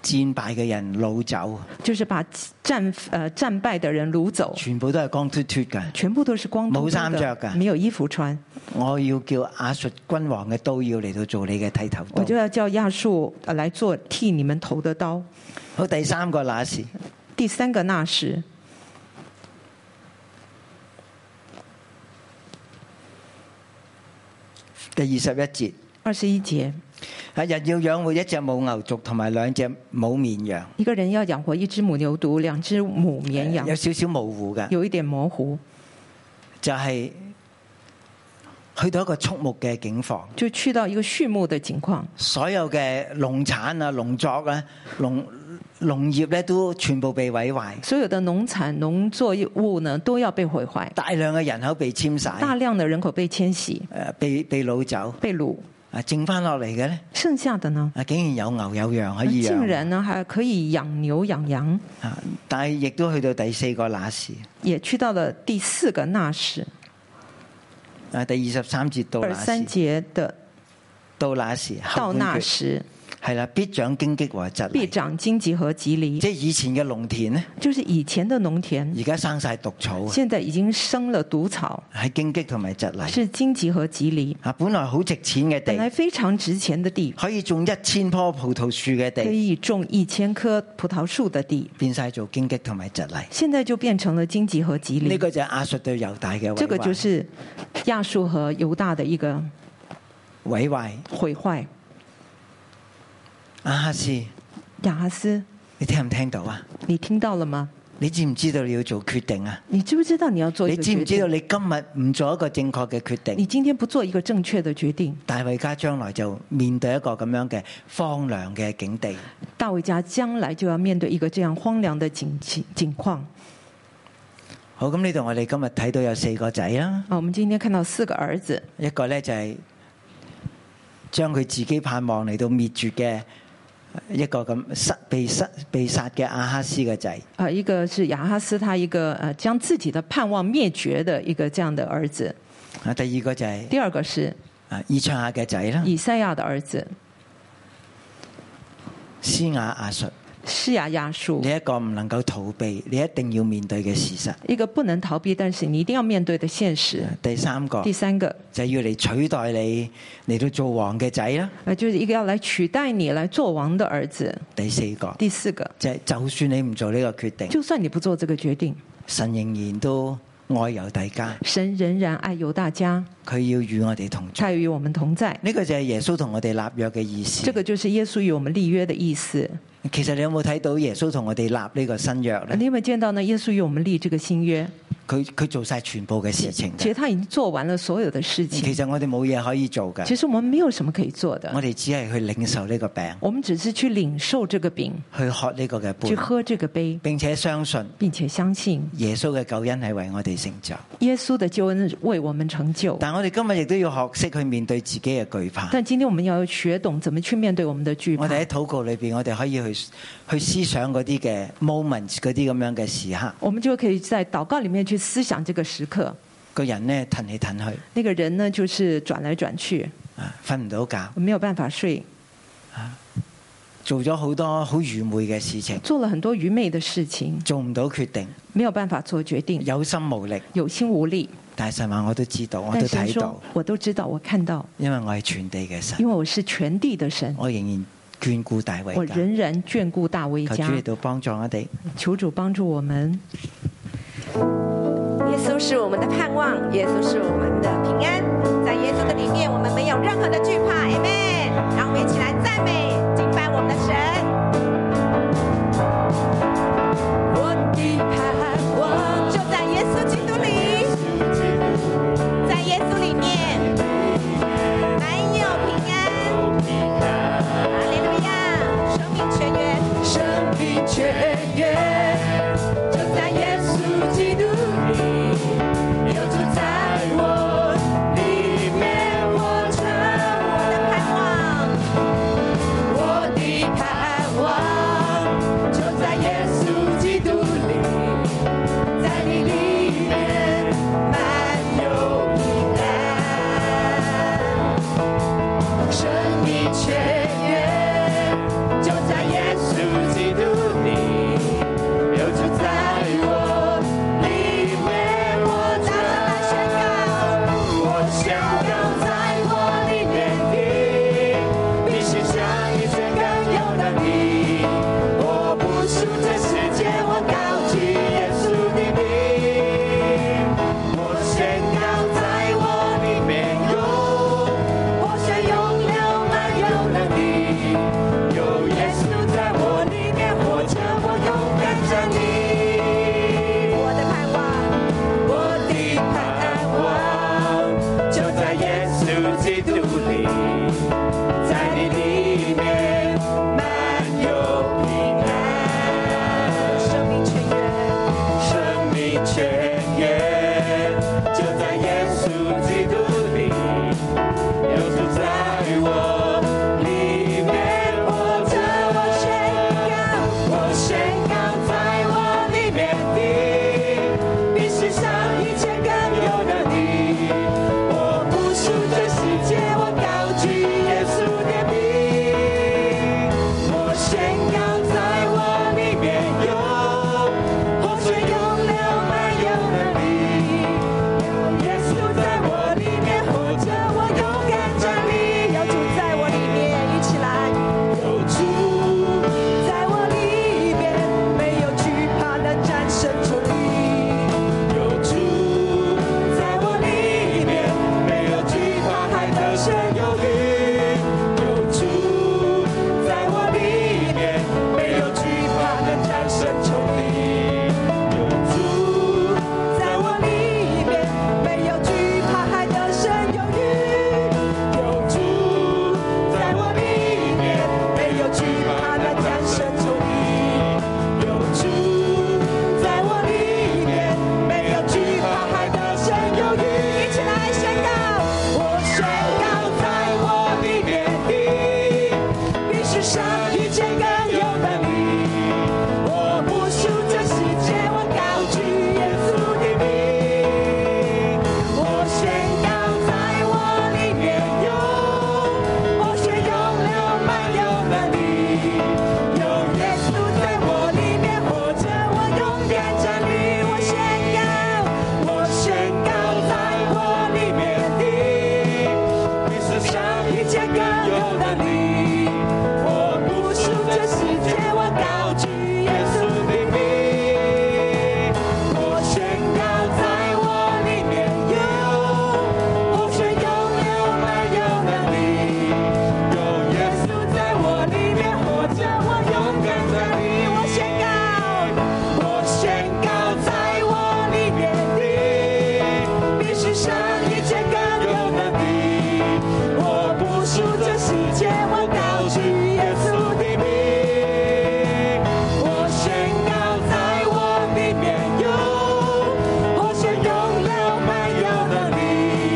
Speaker 2: 戰敗嘅人擄走，啊
Speaker 3: 就是把戰呃戰敗的人擄走，
Speaker 2: 全部都係光脱脱嘅。
Speaker 3: 全部都是光禿禿
Speaker 2: 冇衫
Speaker 3: 的
Speaker 2: 着㗎哦
Speaker 3: 沒有衣服穿。
Speaker 2: 我要叫亞述君王嘅刀要嚟到做你嘅剃頭
Speaker 3: 我就
Speaker 2: 刀。
Speaker 3: 要叫亞述呃來做剃你們頭的刀。
Speaker 2: 好，第三個那時。
Speaker 3: 第三個那時，
Speaker 2: 第二十一節，
Speaker 3: 二十一節，
Speaker 2: 啊人要養活一隻母牛族同埋兩隻母綿羊，
Speaker 3: 一個人要養活一隻母牛犢，兩隻母綿羊
Speaker 2: 有，少少模糊嘅，
Speaker 3: 有一點模糊，
Speaker 2: 就係去到一個畜牧嘅境況，
Speaker 3: 就去到一個畜牧的情況，
Speaker 2: 所有嘅農產啊、農作啊、農農業咧都全部被毀壞，
Speaker 3: 所有的农产、农作物呢都要被毁坏，
Speaker 2: 大量嘅人口被遷徙，
Speaker 3: 大量的人口被迁徙、
Speaker 2: 誒被被擄走，
Speaker 3: 被掳，
Speaker 2: 啊剩翻落嚟嘅咧，
Speaker 3: 剩下的呢，
Speaker 2: 啊竟然有牛有羊可以
Speaker 3: 竟
Speaker 2: 養，
Speaker 3: 然呢还可以养牛养羊，
Speaker 2: 啊但係亦都去到第四個那時，
Speaker 3: 也去到了第四个那时，
Speaker 2: 啊第二十三節到
Speaker 3: 二
Speaker 2: 那
Speaker 3: 三
Speaker 2: 時，
Speaker 3: 节的
Speaker 2: 到那時後
Speaker 3: 到那
Speaker 2: 半句
Speaker 3: 时，
Speaker 2: 係啦，必長荊棘和蒺
Speaker 3: 必
Speaker 2: 藜，
Speaker 3: 长荆棘和棘藜，
Speaker 2: 即係以前嘅農田咧，
Speaker 3: 就是以前的农田，
Speaker 2: 而家生晒毒草啊，
Speaker 3: 现在已经生了毒草，
Speaker 2: 係荊棘同埋蒺藜，
Speaker 3: 是荆棘和棘藜，
Speaker 2: 啊本來好值錢嘅
Speaker 3: 本来
Speaker 2: 地，
Speaker 3: 非常值钱的地，
Speaker 2: 可以種一千棵葡萄樹嘅
Speaker 3: 可
Speaker 2: 地，
Speaker 3: 以种一千棵葡萄树的地，
Speaker 2: 變晒做荊棘同埋蒺藜。
Speaker 3: 现在就变成了荆棘和棘
Speaker 2: 呢
Speaker 3: 藜。
Speaker 2: 個就係亞述對猶大嘅毀壞，
Speaker 3: 这个就是亚述和犹大的一个
Speaker 2: 毀壞。
Speaker 3: 毁坏。
Speaker 2: 阿哈斯，
Speaker 3: 亚哈斯，
Speaker 2: 你聽唔聽到啊？
Speaker 3: 你听到了吗？
Speaker 2: 你知唔知道你要做決定啊？
Speaker 3: 你知不知道你要做一
Speaker 2: 你
Speaker 3: 个
Speaker 2: 知
Speaker 3: 决
Speaker 2: 唔知道
Speaker 3: 定？
Speaker 2: 你今日唔做一個正確嘅決
Speaker 3: 你
Speaker 2: 定，
Speaker 3: 今天不做一个正确的决定，
Speaker 2: 大衛家將來就面對一個咁樣嘅荒涼嘅境地。
Speaker 3: 大卫家将来就要面对一个这样荒凉的景景景况。
Speaker 2: 好，咁呢度我哋今日睇到有四個仔啦，
Speaker 3: 啊，我们今天看到四个儿子，
Speaker 2: 一個呢就係將佢自己盼望嚟到滅絕嘅呃一個咁殺被殺被殺嘅阿哈斯嘅仔，
Speaker 3: 啊，一个是亚哈斯，他一个呃将自己的盼望灭绝的一个这样的儿子；
Speaker 2: 啊第二個就係
Speaker 3: 第二个是
Speaker 2: 啊以賽亞嘅仔啦，
Speaker 3: 以赛亚的儿子
Speaker 2: 施雅亞述。
Speaker 3: 施雅亚述
Speaker 2: 呢，一個唔能夠逃避，你一定要面對嘅事實。
Speaker 3: 一个不能逃避，但是你一定要面对的现实。
Speaker 2: 第三個
Speaker 3: 第三个
Speaker 2: 就係要嚟取代你嚟到做王嘅仔啦。
Speaker 3: 呃，就是一个要来取代你来做王的儿子。
Speaker 2: 第四個
Speaker 3: 第四个，
Speaker 2: 就係就算你唔做呢個決定，
Speaker 3: 就算你不做这个决定，
Speaker 2: 神仍然都愛猶大家，
Speaker 3: 神仍然爱犹大家，
Speaker 2: 佢要與我哋同在。
Speaker 3: 他与我们同在。
Speaker 2: 呢、個就係耶穌同我哋立約嘅意思
Speaker 3: 这。个就是耶稣与我们立约的意思。
Speaker 2: 其實你有冇睇到耶穌同我哋立呢個新約
Speaker 3: 呃你
Speaker 2: 呢？
Speaker 3: 有没有见到呢？耶稣与我们立这个新约，
Speaker 2: 佢佢做晒全部嘅事情㗎
Speaker 3: 其实他已经做完了所有的事
Speaker 2: 其
Speaker 3: 情。
Speaker 2: 實我哋冇嘢可以做㗎，
Speaker 3: 其实我嗯们没有什么可以做的
Speaker 2: 我，哋只係去領受呢個餅，
Speaker 3: 我们只是去领受这个饼，
Speaker 2: 去喝呢個嘅
Speaker 3: 去
Speaker 2: 杯，
Speaker 3: 喝这个杯，
Speaker 2: 並且相信
Speaker 3: 并且相信
Speaker 2: 耶穌嘅救恩係為我哋成就。
Speaker 3: 耶稣的救恩为我们成就。
Speaker 2: 但我哋今日亦都要學識去面對自己嘅懼怕。
Speaker 3: 但今天我们要学懂怎么去面对我们的惧
Speaker 2: 我
Speaker 3: 怕。
Speaker 2: 哋喺禱告裏边，我哋可以去去思想嗰啲嘅 moment，嗰啲咁樣嘅時刻，
Speaker 3: 我们就可以在祷告里面去思想这个时刻。
Speaker 2: 個人呢騰嚟騰去，
Speaker 3: 那个人呢，就是转来转去，
Speaker 2: 啊，瞓唔到覺，
Speaker 3: 没有办法睡，
Speaker 2: 做咗好多好愚昧嘅事情，
Speaker 3: 做了很多愚昧的事情，
Speaker 2: 做唔到決定，
Speaker 3: 没有办法做决定，
Speaker 2: 有心無力。
Speaker 3: 有心无力。
Speaker 2: 但系神話我都知道，我
Speaker 3: 但
Speaker 2: 都
Speaker 3: 神
Speaker 2: 睇
Speaker 3: 说
Speaker 2: 到，，
Speaker 3: 我都知道，我看到，
Speaker 2: 因為我係全地嘅神，
Speaker 3: 因为我是全地的神，
Speaker 2: 我仍然眷顧大
Speaker 3: 我
Speaker 2: 衛家。
Speaker 3: 仍然眷顾大卫
Speaker 2: 求主
Speaker 3: 家。
Speaker 2: 嚟到幫助我哋。
Speaker 3: 求主帮助我们。
Speaker 4: 耶稣是我们的盼望，耶稣是我们的平安，在耶稣的里面，我们没有任何的惧怕，Amen。让我们一起来赞美、敬拜我们的神。我的盼望就在耶稣基督里，在耶稣里面，满有平安，哈利路亚，生命泉源。
Speaker 5: 生命泉源，就在耶稣基督里，有住在我里面，我成
Speaker 4: 我的盼望，
Speaker 5: 我的盼望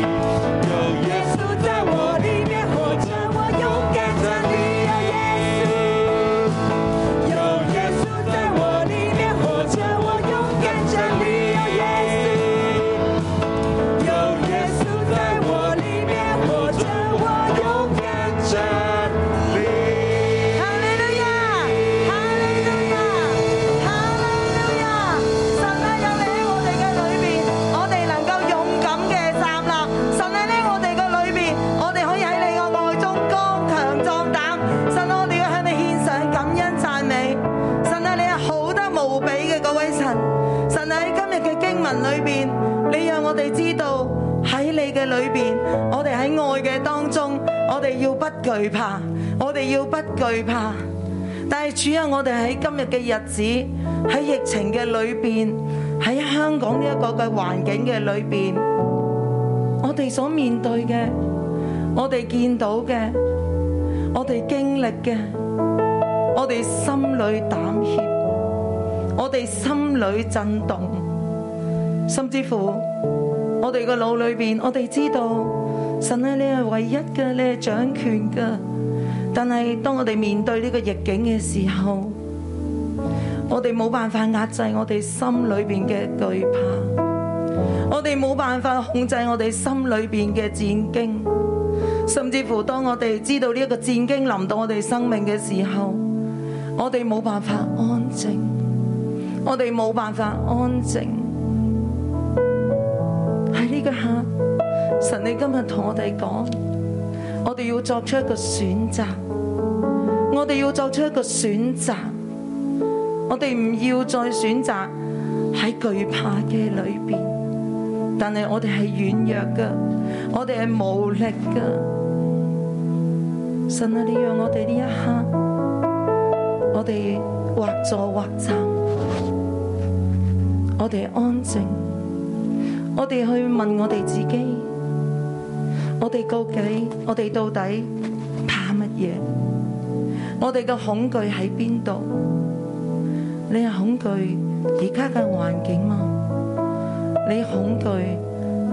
Speaker 6: 哦
Speaker 7: 神裏边，你讓我哋知道喺你嘅裏边，我哋喺愛嘅當中，我哋要不懼怕，我哋要不懼怕。但係主啊，我哋喺今日嘅日子，喺疫情嘅裏边，喺香港呢一個嘅環境嘅裏边，我哋所面對嘅，我哋見到嘅，我哋經歷嘅，我哋心裏膽怯。我哋心里震動，甚至乎我哋個腦裏边，我哋知道神咧，你係唯一嘅，你係掌權嘅。但係當我哋面對呢個逆境嘅時候，我哋冇辦法壓制我哋心裏边嘅懼怕，我哋冇辦法控制我哋心裏边嘅戰驚，甚至乎當我哋知道呢一个戰驚臨到我哋生命嘅時候，我哋冇辦法安靜。我哋冇辦法安靜。喺呢個刻，神你今日同我哋講，我哋要作出一個選擇，我哋要作出一個選擇，我哋唔要再選擇喺懼怕嘅裏邊，但係我哋係軟弱嘅，我哋係無力嘅。神啊，你讓我哋呢一刻，我哋或坐或站。我哋安靜，我哋去問我哋自己，我哋究竟，我哋到底怕乜嘢？我哋嘅恐懼喺邊度？你係恐懼而家嘅環境嗎？你恐懼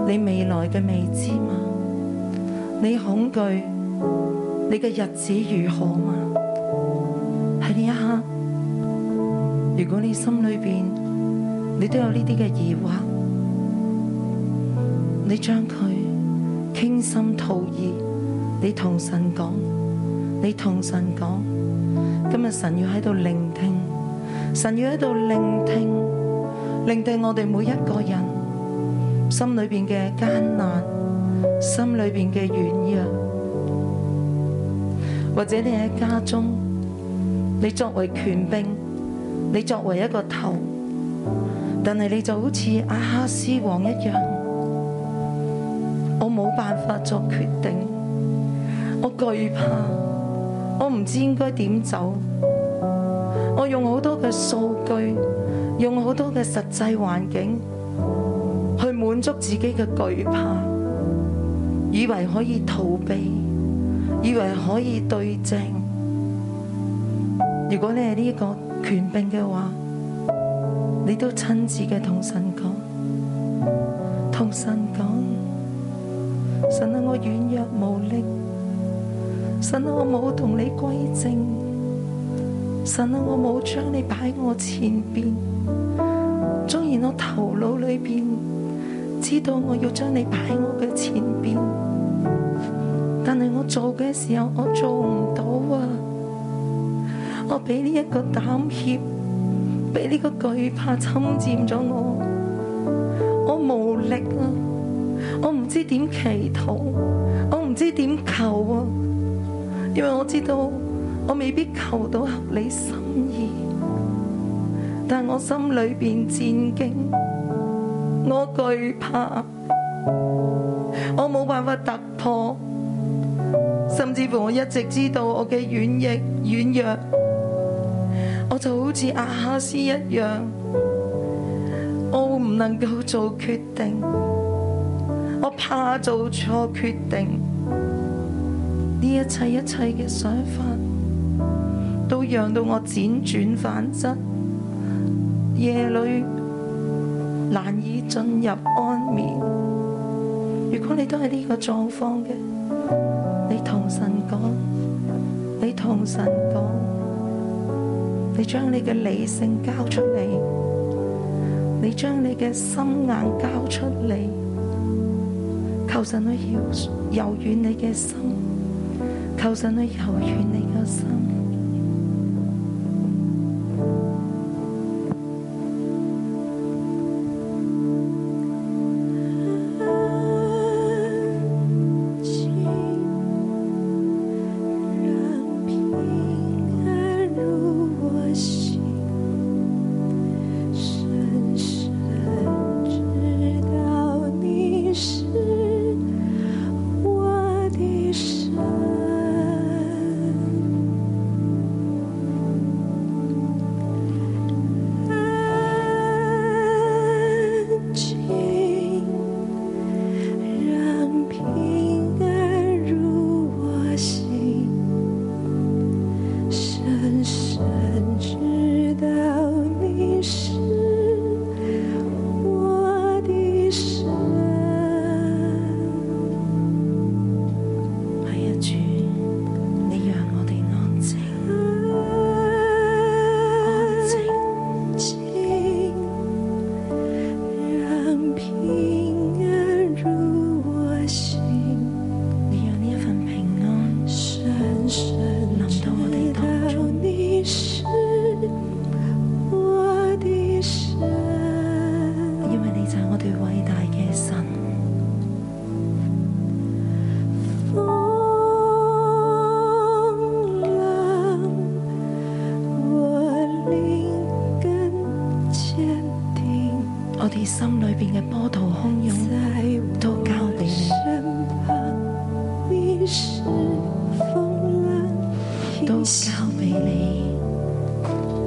Speaker 7: 你未來嘅未知嗎？你恐懼你嘅日子如何嗎？喺呢一刻，如果你心裏邊，你都有呢啲嘅疑惑，你將佢傾心吐意，你同神講，你同神講，今日神要喺度聆聽，神要喺度聆聽，聆聽我哋每一個人心裏邊嘅艱難，心裏邊嘅軟弱，或者你喺家中，你作為權柄，你作為一個頭。但係你就好似阿哈斯王一樣，我冇辦法作決定，我懼怕，我唔知應該點走，我用好多嘅數據，用好多嘅實際環境去滿足自己嘅懼怕，以為可以逃避，以為可以對症。如果你係呢個權柄嘅話，你都親自嘅同神講，同神講，神啊，我軟弱無力，神啊，我冇同你歸正，神啊，我冇將你擺喺我前邊，縱然我頭腦裏邊知道我要將你擺喺我嘅前邊，但係我做嘅時候我做唔到啊，我俾呢一個膽怯。俾呢個懼怕侵佔咗我，我無力啊！我唔知點祈禱，我唔知點求啊！因為我知道我未必求到合你心意，但我心裏邊戰驚，我懼怕，我冇辦法突破，甚至乎我一直知道我嘅軟弱軟弱。我就好似阿哈斯一樣，我唔能夠做決定，我怕做錯決定。呢一切一切嘅想法，都讓到我輾轉反側，夜裏難以進入安眠。如果你都係呢個狀況嘅，你同神講，你同神講。你將你嘅理性交出嚟，你將你嘅心硬交出嚟，求神去柔柔軟你嘅心，求神去柔軟你嘅心。
Speaker 5: 我心深深知。
Speaker 7: 我哋心裏边嘅波濤洶湧都交俾你，都交俾你。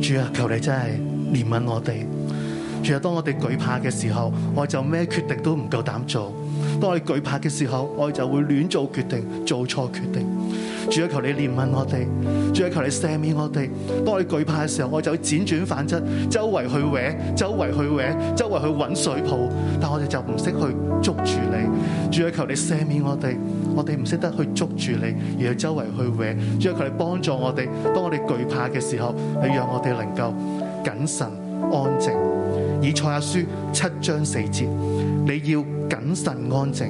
Speaker 8: 主啊，求你真係憐憫我哋。主啊，當我哋懼怕嘅時候，我就咩決定都唔夠膽做；當我哋懼怕嘅時候，我就會亂做決定，做錯決定。主啊，求你憐憫我哋，主啊，求你赦免我哋。當我哋懼怕嘅時候，我就會輾轉反側，周圍去搲，周圍去搲，周圍去揾水泡，但我哋就唔識去捉住你。主啊，求你赦免我哋，我哋唔識得去捉住你，而去周圍去搲。主啊，求你幫助我哋，當我哋懼怕嘅時候，你讓我哋能夠謹慎安靜。以賽亞書七章四節，你要謹慎安靜，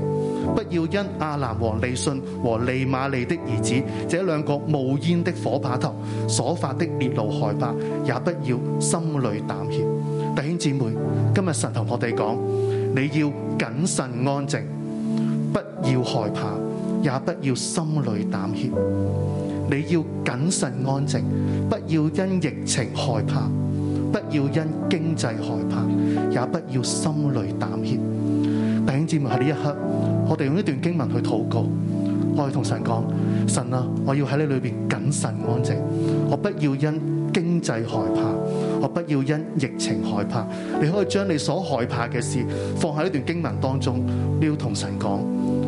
Speaker 8: 不要因亞蘭王利信和利瑪利的兒子這兩個冒煙的火把頭所發的烈怒害怕，也不要心裏膽怯。弟兄姊妹，今日神同我哋講，你要謹慎安靜，不要害怕，也不要心裏膽怯。你要謹慎安靜，不要因疫情害怕，不要因經濟害怕，也不要心裏膽怯。弟兄姊妹喺呢一刻，我哋用呢段經文去禱告，我哋同神講：神啊，我要喺你裏邊謹慎安靜，我不要因經濟害怕，我不要因疫情害怕。你可以將你所害怕嘅事放喺呢段經文當中，你要同神講。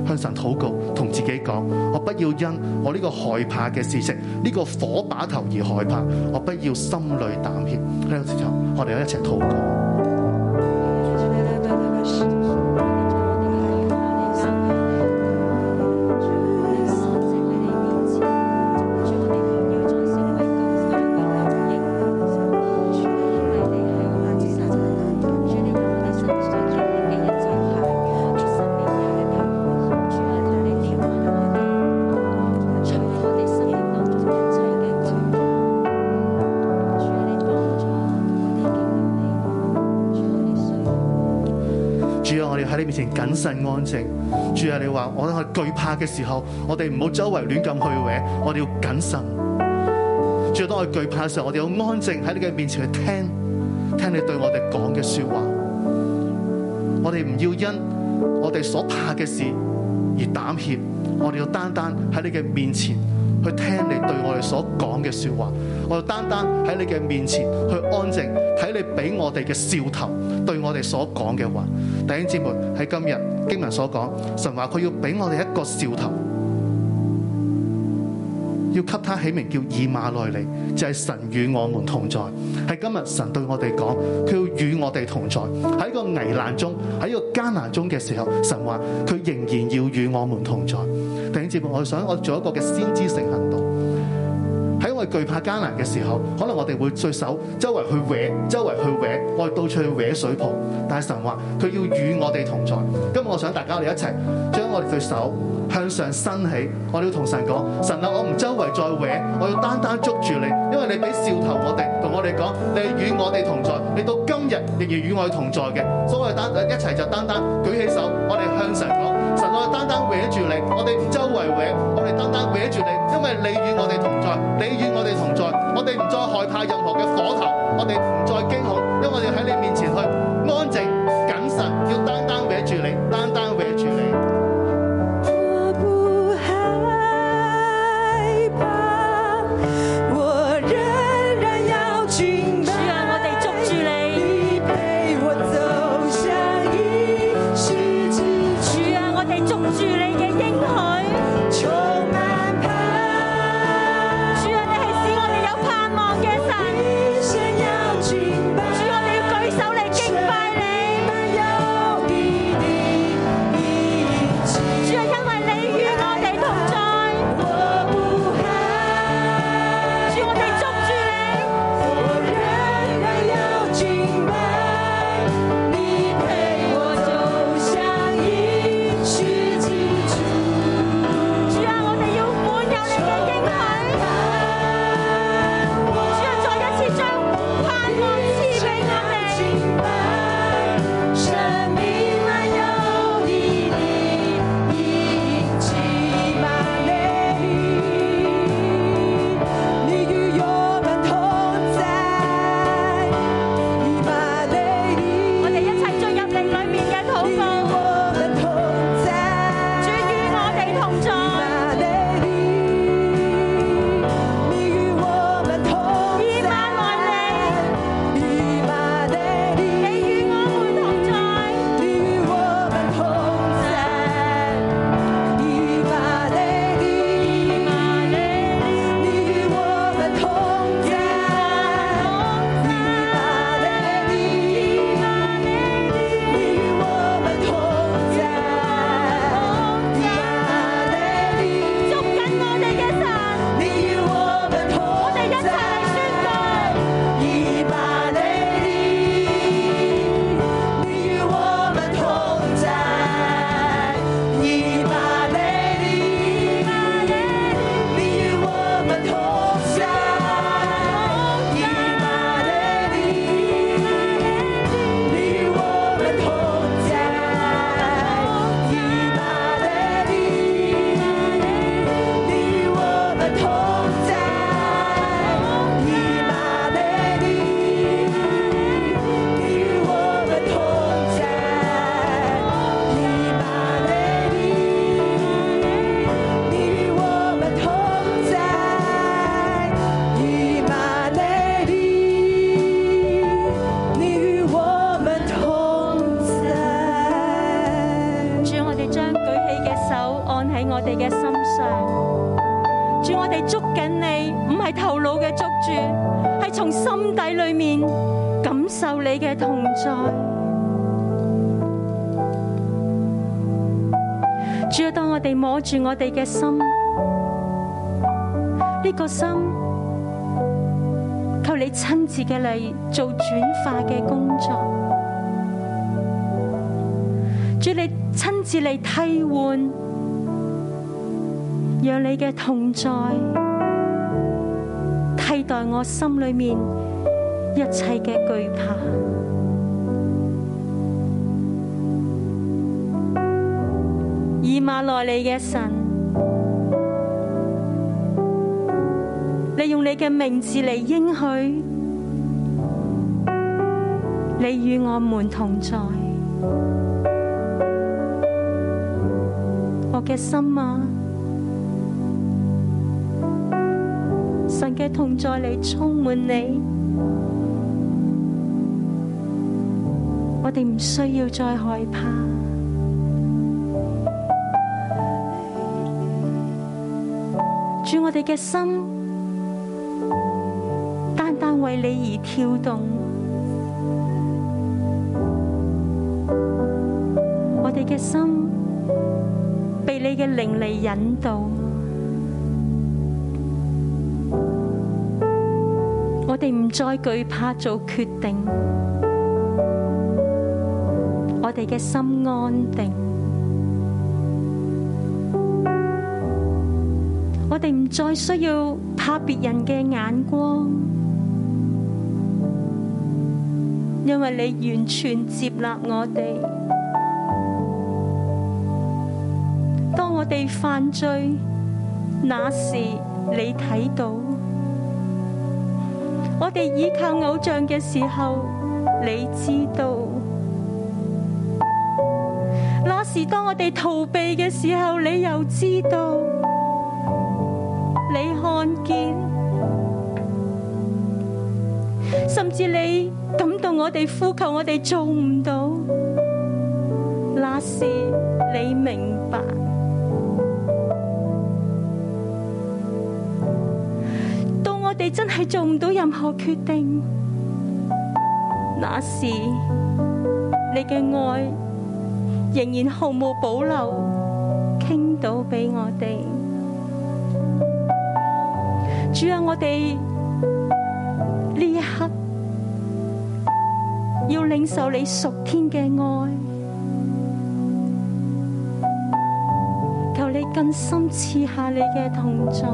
Speaker 8: 向神禱告，同自己講：我不要因我呢個害怕嘅事情，呢、個火把頭而害怕，我不要心裏膽怯。呢個時候，我哋一齊禱告。主啊，我哋喺你面前謹慎安靜。主啊，你話我喺懼怕嘅時候，我哋唔好周圍亂咁去搲，我哋要謹慎。主啊，當我哋懼怕嘅時候，我哋要安靜喺你嘅面前去聽，聽你對我哋講嘅説話。我哋唔要因我哋所怕嘅事而膽怯，我哋要單單喺你嘅面前去聽你對我哋所講嘅説話，我要單單喺你嘅面前去安靜，睇你俾我哋嘅笑頭，對我哋所講嘅話。弟兄姊妹喺今日經文所講，神話佢要俾我哋一個笑頭。要給他起名叫以馬內利，就係、神與我們同在。係今日神對我哋講，佢要與我哋同在。喺個危難中，喺個艱難中嘅時候，神話佢仍然要與我們同在。弟兄姊妹，我想我做一個嘅先知性行動。喺我哋懼怕艱難嘅時候，可能我哋會對手周圍去搲，周圍去搲，我哋到處去搲水泡。但係神話佢要與我哋同在。今日我想大家我哋一齊將我哋對手向上伸起，我哋要同神講：神啊，我唔周圍再搲，我要單單捉住你，因為你俾笑頭我哋，同我哋講你與我哋同在，你到今日仍然與我哋同在嘅。所以我哋單一齊就單單舉起手，我哋向神講：神，我哋單單搲住你，我哋唔周圍搲，我哋單單搲住你，因為你與我哋同在，你與我哋同在，我哋唔再害怕任何嘅火頭，我哋唔再驚恐，因為我哋喺你面前去安靜謹慎，要單單搲住你，單單搲住你。
Speaker 5: 我不害怕，我仍然要敬拜。主啊，我哋捉住你，你陪我走向一世之主啊，我哋捉住你嘅應許，充滿盼。主啊，你係使我哋有盼望嘅神。捉住，係從心底裏面感受你嘅同在。主啊，當我哋摸住我哋嘅心，呢、個心，求你親自嘅嚟做轉化嘅工作。主，你親自嚟替換，讓你嘅同在替代我心裏面一切嘅懼怕。以馬內利嘅神，你用你嘅名字嚟應許，你與我們同在。我嘅心啊，神嘅同在嚟充滿你，我哋唔需要再害怕。主，我哋嘅心單單為你而跳動，我哋嘅心。被你嘅靈嚟引導，我哋唔再懼怕做決定，我哋嘅心安定，我哋唔再需要怕別人嘅眼光，因為你完全接納我哋。當我哋犯罪，那時你睇到；我哋依靠偶像嘅時候，你知道；那時當我哋逃避嘅時候，你又知道。你看見，甚至你感到我哋呼求，我哋做唔到。那時你明白。到我哋真係做唔到任何決定，那時你嘅愛仍然毫無保留傾倒俾我哋。主啊，我哋呢一刻要領受你屬天嘅愛，求你更深刺下你嘅同在。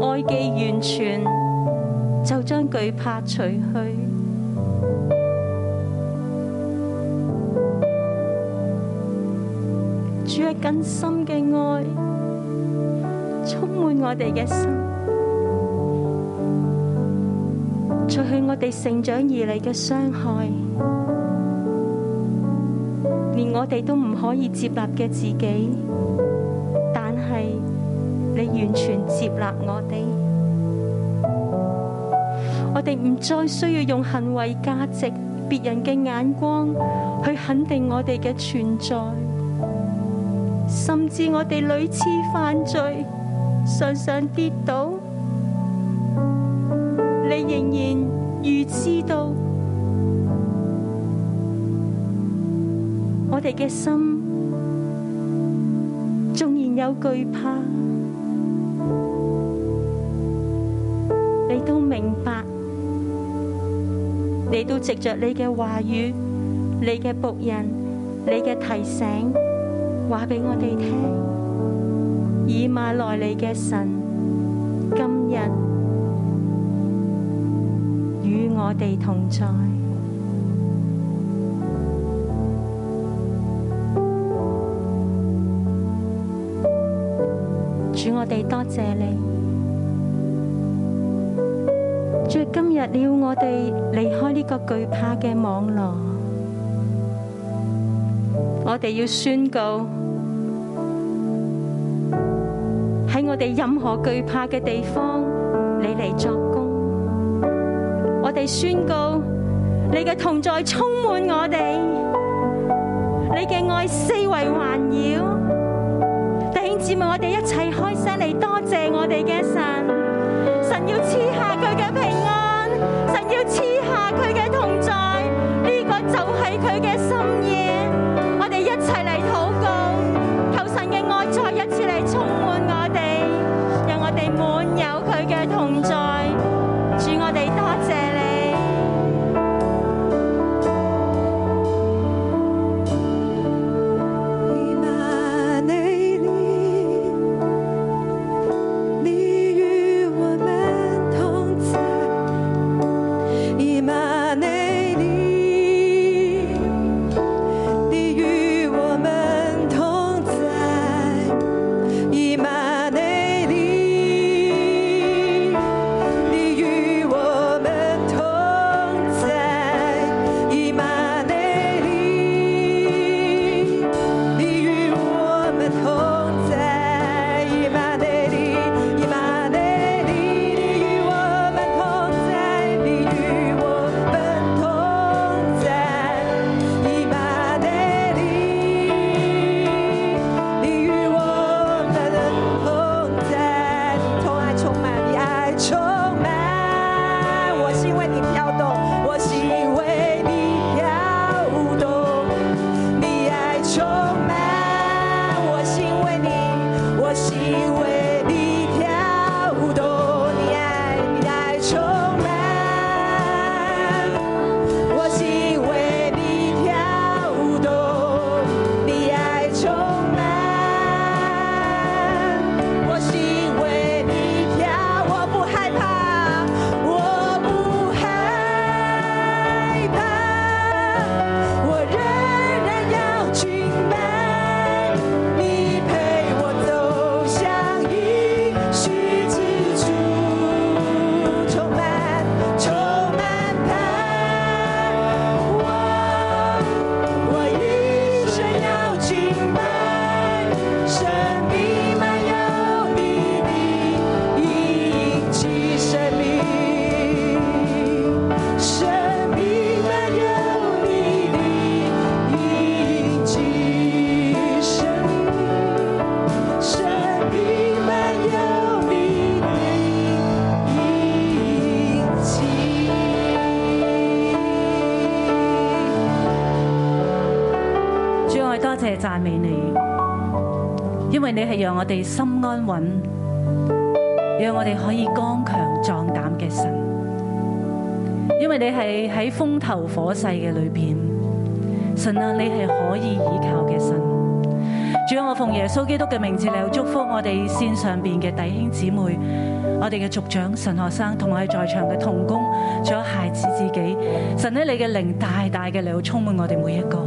Speaker 5: 愛既完全，就將懼怕除去。主啊，更深嘅愛充滿我哋嘅心，除去我哋成長而嚟嘅傷害，連我哋都唔可以接納嘅自己，但係。你完全接納我哋，我哋唔再需要用行為價值、別人嘅眼光去肯定我哋嘅存在，甚至我哋屢次犯罪，常常跌倒，你仍然預知道我哋嘅心，縱然有懼怕。你都明白，你都藉着你嘅話語、你嘅僕人、你嘅提醒，話俾我哋聽，以馬內利嘅神今日與我哋同在。主，我哋多謝你。主今日你要我哋離開呢個懼怕嘅網絡，我哋要宣告喺我哋任何懼怕嘅地方，你嚟作工。我哋宣告你嘅同在充滿我哋，你嘅愛四圍環繞。弟兄姊
Speaker 9: 姊妹，我哋一齊開聲嚟多謝我哋嘅神，神要賜下佢嘅平安，神要賜下佢嘅同在，呢、個就係佢嘅心意。我哋一齊嚟禱告，求神嘅愛再一次嚟充滿我哋，讓我哋滿有佢嘅同在。主，我哋多謝你。
Speaker 6: 你把内力，你与我们同在。你把内力，你与我们同在。你把内力，你与我们同在。你把内力。你与我们同在，以马内利，以马内利，你与我们同在，你与我们同在，以马内利，你与我们同在，你同爱充满，你爱充满，我心为你飘动，我心为你飘动。你爱充满我心，为你，我心为你跳动。你爱，你爱充满我心，为你跳动。你爱充满我心，为你跳。我不害怕，我不害怕。我仍然要敬拜，你陪我走向一世之主，充满充满盼望。我一生要敬拜，生命满有你的印记，生命。生命满有你的印记，生生命满有你的印记。
Speaker 5: 主，我哋多謝讚美你，因為你係讓我哋心安穩，讓我哋可以剛強壯膽嘅神。因為你係喺風頭火勢嘅裏邊，神啊，你係可以倚靠嘅神。主啊，我奉耶穌基督嘅名字嚟祝福我哋線上邊嘅弟兄姊妹，我哋嘅族長、神學生同埋在場嘅童工，仲有孩子自己。神咧，你嘅靈大大嘅嚟到充滿我哋每一個。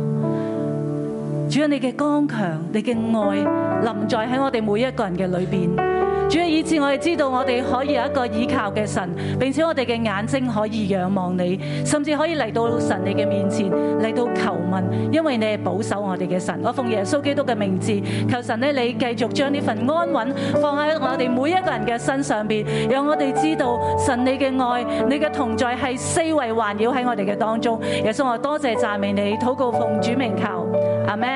Speaker 5: 主啊，你嘅剛強，你嘅愛臨在喺我哋每一個人嘅裏邊。主啊，以致我哋知道我哋可以有一個倚靠嘅神，並且我哋嘅眼睛可以仰望你，甚至可以嚟到神你嘅面前嚟到求問，因為你係保守我哋嘅神。我奉耶穌基督嘅名字，求神咧，你繼續將呢份安穩放喺我哋每一個人嘅身上邊，讓我哋知道神你嘅愛，你嘅同在係四圍環繞喺我哋嘅當中。耶穌，我多謝讚美你，禱告奉主名求。阿 m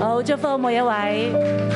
Speaker 5: 好，祝福每一位。